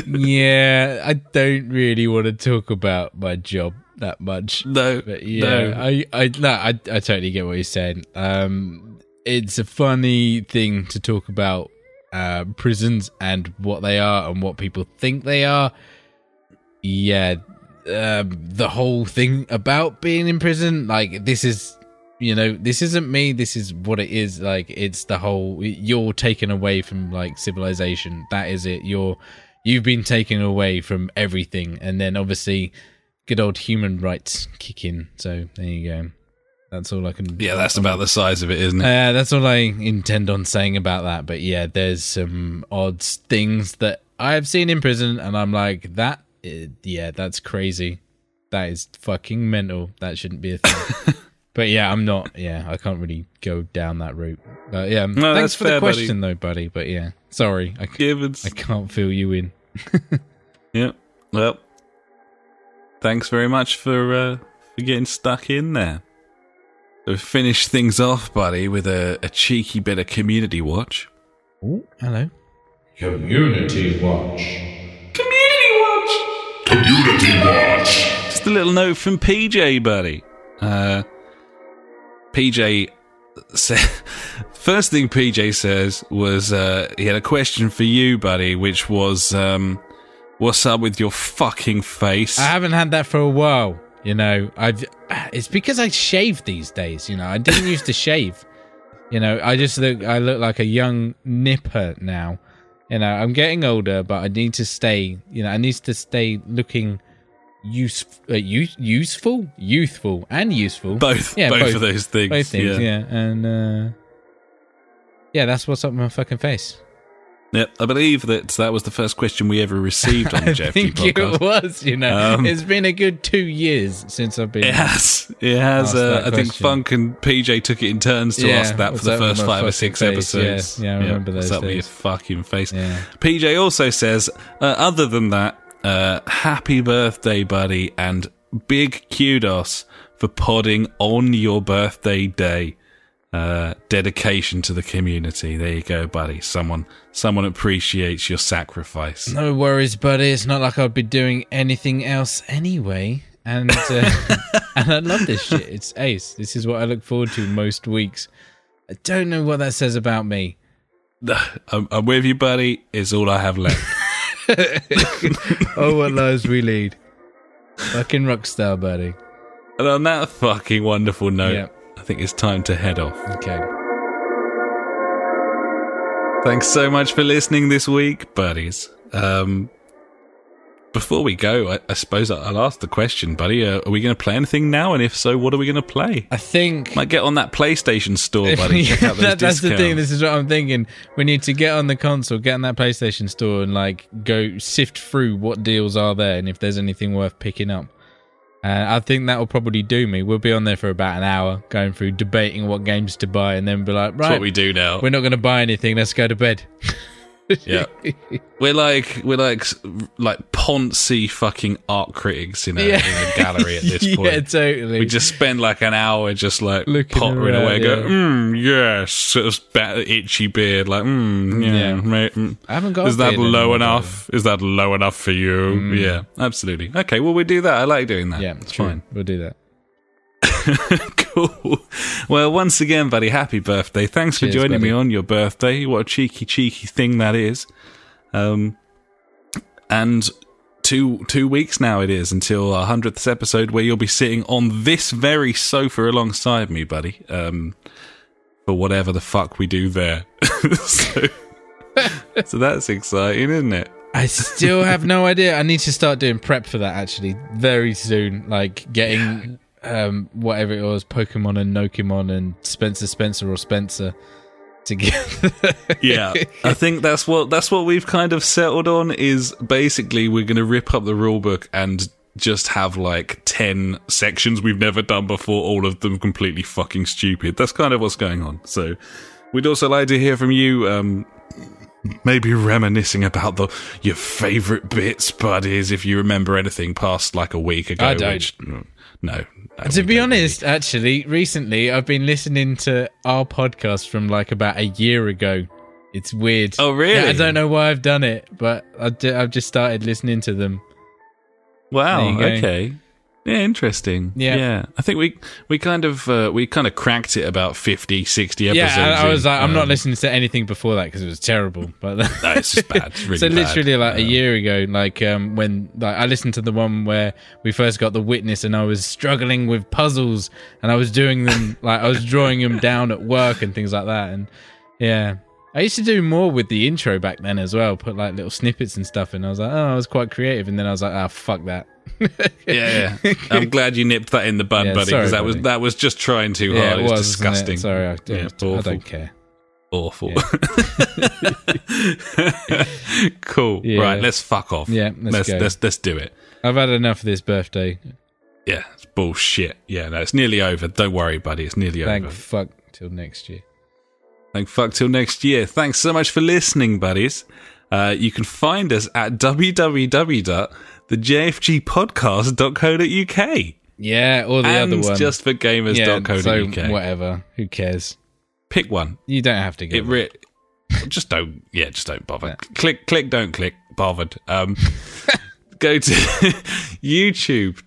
A: yeah, I don't really want to talk about my job that much.
B: No,
A: But yeah,
B: no.
A: I, I, no, I, I totally get what you're saying. Um, it's a funny thing to talk about uh, prisons and what they are and what people think they are. Yeah, um, the whole thing about being in prison. Like this is, you know, this isn't me. This is what it is. Like it's the whole you're taken away from like civilization. That is it. You're you've been taken away from everything, and then obviously, good old human rights kick in. So there you go. That's all I can.
B: Yeah, that's about the size of it, isn't it?
A: Uh, that's all I intend on saying about that. But yeah, there's some odd things that I have seen in prison, and I'm like, that, i- yeah, that's crazy. That is fucking mental. That shouldn't be a thing. but yeah, I'm not. Yeah, I can't really go down that route. But yeah,
B: No, that's
A: thanks for the
B: fair, buddy.
A: question though, buddy. But yeah, sorry, I, c-
B: Gibbons.
A: I can't fill you in.
B: Yeah. Well, thanks very much for uh, for getting stuck in there. So finish things off, buddy, with a, a cheeky bit of community watch.
A: Oh, hello.
B: Just a little note from PJ, buddy. Uh, PJ said, first thing PJ says was uh, he had a question for you, buddy, which was, um, "What's up with your fucking face?"
A: I haven't had that for a while. You know, I've it's because I shave these days. You know, I didn't used to shave. You know, I just look I look like a young nipper now. You know, I'm getting older, but I need to stay. You know, I need to stay looking use, uh, use useful, youthful, and useful.
B: both,
A: yeah,
B: both,
A: both.
B: of those things.
A: Both things, yeah, and uh, yeah, that's what's up my fucking face.
B: Yep, I believe that that was the first question we ever received on the
A: I
B: JFG
A: think
B: podcast.
A: it was. You know,
B: Um,
A: it's been a good two years since I've been.
B: It has. It has.
A: Asked
B: Uh,
A: that
B: I think
A: question.
B: Funk and PJ took it in turns to
A: Yeah,
B: ask that for
A: what's
B: the
A: up with
B: first
A: my
B: five or
A: fucking
B: six
A: face?
B: episodes.
A: Yeah, yeah, I remember
B: what's
A: those
B: up with your
A: days.
B: fucking face?
A: Yeah.
B: PJ also says, uh, other than that, uh, happy birthday, buddy, and big kudos for podding on your birthday day. Uh, dedication to the community. There you go, buddy. Someone, someone appreciates your sacrifice.
A: No worries, buddy. It's not like I'd be doing anything else anyway. And uh, and I love this shit. It's ace. This is what I look forward to most weeks. I don't know what that says about me.
B: I'm, I'm with you, buddy. It's all I have left.
A: Oh, what lives we lead. Fucking rockstar, buddy.
B: and on that fucking wonderful note,
A: Yeah.
B: I think it's time to head off.
A: Okay.
B: Thanks so much for listening this week, buddies. Um, before we go, I, I suppose I- I'll ask the question, buddy. Uh, are we going to play anything now? And if so, what are we going to play?
A: I think.
B: Might get on that PlayStation store, buddy.
A: Yeah,
B: Check out those
A: that- that's the thing.
B: discounts.
A: This is what I'm thinking. We need to get on the console, get in that PlayStation store, and like go sift through what deals are there and if there's anything worth picking up. Uh, I think that will probably do me. We'll be on there for about an hour, going through debating what games to buy, and then be like,
B: That's
A: right,
B: what we do now.
A: we're not going to buy anything. Let's go to bed.
B: yeah, we're like we're like s- like poncy fucking art critics in a, in a gallery at this point.
A: yeah, totally.
B: We just spend like an hour just like
A: Looking
B: pottering
A: around,
B: away, go,
A: yeah.
B: mm, yes, sort of bat- itchy beard, like, mm, yeah,
A: Yeah.
B: mate, mm.
A: I haven't got.
B: Is
A: a
B: that
A: beard anymore,
B: low
A: by the
B: enough? Is that low enough for you? Yeah, absolutely. Okay, well, we do that. I like doing that.
A: way. Yeah,
B: it's
A: true.
B: fine.
A: We'll do that.
B: cool. Well, once again, buddy, happy birthday. Thanks for
A: Cheers,
B: joining me
A: buddy.
B: on your birthday. What a cheeky, cheeky thing that is. Um, and two two weeks now it is until our hundredth episode, where you'll be sitting on this very sofa alongside me, buddy. Um, for whatever the fuck we do there. so, so that's exciting, isn't it?
A: I still have no idea. I need to start doing prep for that actually very soon. Like getting um whatever it was, Pokemon and Nokemon and Spencer Spencer or Spencer together.
B: yeah i think that's what that's what we've kind of settled on is basically we're going to rip up the rule book and just have like 10 sections we've never done before all of them completely fucking stupid that's kind of what's going on so we'd also like to hear from you um maybe reminiscing about the your favorite bits buddies if you remember anything past like a week ago
A: I don't.
B: which- no, no
A: to
B: we
A: be
B: don't really.
A: honest, actually, recently I've been listening to our podcast from like about a year ago. It's weird.
B: Oh, really?
A: Yeah, I don't know why I've done it, but I d- I've just started listening to them.
B: wow
A: There you go.
B: okay Yeah, interesting.
A: Yeah.
B: I think we we kind of uh, we kind of cracked it about 50, 60
A: Yeah,
B: episodes.
A: I, I was
B: in.
A: like, I'm
B: Um,
A: not listening to anything before that because it was terrible. But
B: No, it's just bad. It's really
A: so
B: bad.
A: literally like a
B: Um,
A: year ago, like um, when like I listened to the one where we first got the witness, and I was struggling with puzzles, and I was doing them like I was drawing them down at work and things like that, and yeah. I used to do more with the intro back then as well, put like little snippets and stuff, and I was like, oh, I was quite creative, and then I was like, ah, fuck that.
B: Yeah, yeah. I'm glad you nipped that in the bud,
A: Yeah,
B: buddy,
A: sorry,
B: because that was
A: buddy.
B: that was just trying too hard. it was,
A: wasn't it?
B: Oh, disgusting.
A: Sorry, I,
B: Yeah,
A: I
B: awful.
A: don't care.
B: Awful. cool.
A: Yeah.
B: Right, let's fuck off.
A: Yeah, let's
B: let's
A: go.
B: let's, let's do it.
A: I've had enough of this birthday.
B: Yeah, it's bullshit. Yeah, no, it's nearly over. Don't worry, buddy. It's nearly
A: Thank
B: over.
A: fuck till next year.
B: Thank fuck till next year. Thanks so much for listening, buddies. Uh, you can find us at www.thejfgpodcast.co.uk
A: Yeah, or the
B: and
A: other one.
B: just for
A: so
B: gamers.co.uk.
A: whatever. Who cares?
B: Pick one.
A: You don't have to go.
B: It re- just don't. Yeah, just don't bother. Click, click, don't click. Bothered. Um, go to YouTube.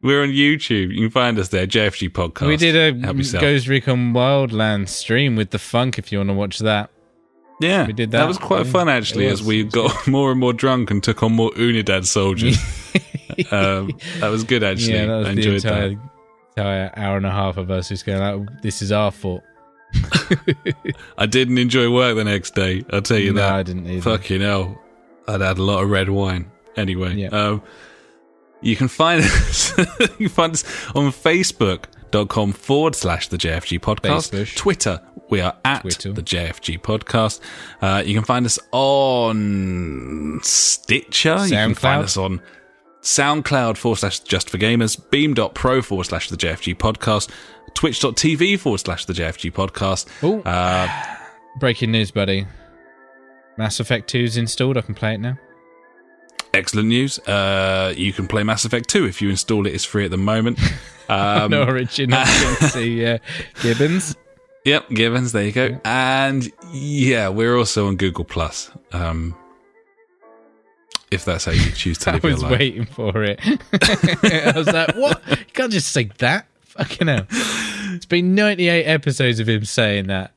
B: We're on YouTube. You can find us there. JFG Podcast.
A: we did a
B: Help yourself.
A: Ghost Recon Wildlands stream with the funk if you want to watch that.
B: yeah,
A: we did that.
B: was quite
A: Yeah,
B: fun actually,
A: it
B: as
A: was.
B: we got more and more drunk and took on more Unidad soldiers. um, that was good actually.
A: yeah, that was
B: I
A: the
B: enjoyed
A: entire,
B: that.
A: entire hour and a half of us just going, like, this is our fault.
B: I didn't enjoy work the next day. I'll tell you
A: no,
B: that.
A: I didn't either.
B: Fucking hell. I'd had a lot of red wine. Anyway,
A: Yeah.
B: um, you can find us you can find us on Facebook.com forward slash the JFG podcast.
A: Facebook.
B: Twitter, we are at
A: Twitter.
B: the JFG podcast. Uh, you can find us on Stitcher. You can find
A: SoundCloud.
B: us on SoundCloud forward slash just for gamers, beam.pro forward slash the JFG podcast, twitch.tv forward slash the JFG podcast.
A: Ooh.
B: Uh,
A: Breaking news, buddy. Mass Effect 2's installed. I can play it now.
B: Excellent news. Uh, you can play Mass Effect 2 if you install it. It's free at the moment. Um,
A: no original. see, uh, Gibbons.
B: Yep, Givens. There you go. And yeah, we're also on Google Plus. Um, if that's how you choose to
A: I
B: live your
A: was
B: life.
A: waiting for it. I was like, what? You can't just say that. Fucking hell. It's been 98 episodes of him saying that.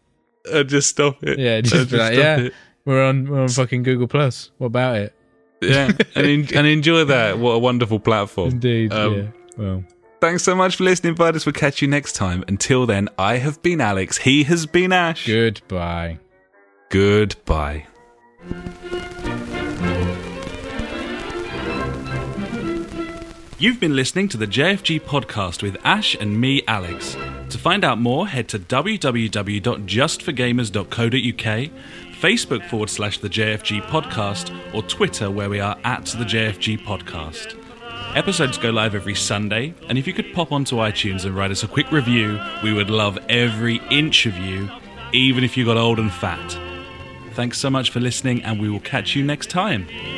B: Uh, just stop it.
A: Yeah, just
B: Uh,
A: be like,
B: stop
A: yeah,
B: it.
A: we're on we're on fucking Google Plus. What about it?
B: yeah. And, en- and enjoy that. What a wonderful platform.
A: Indeed.
B: Um,
A: yeah. Well,
B: Thanks so much for listening, buddies. We'll catch you next time. Until then, I have been Alex. He has been Ash.
A: goodbye.
B: Goodbye. You've been listening to the JFG podcast with Ash and me, Alex. To find out more, head to www.justforgamers.co.uk, Facebook forward slash the JFG podcast, or Twitter where we are at the JFG podcast. Episodes go live every Sunday, and if you could pop onto iTunes and write us a quick review, we would love every inch of you, even if you got old and fat. Thanks so much for listening, and we will catch you next time.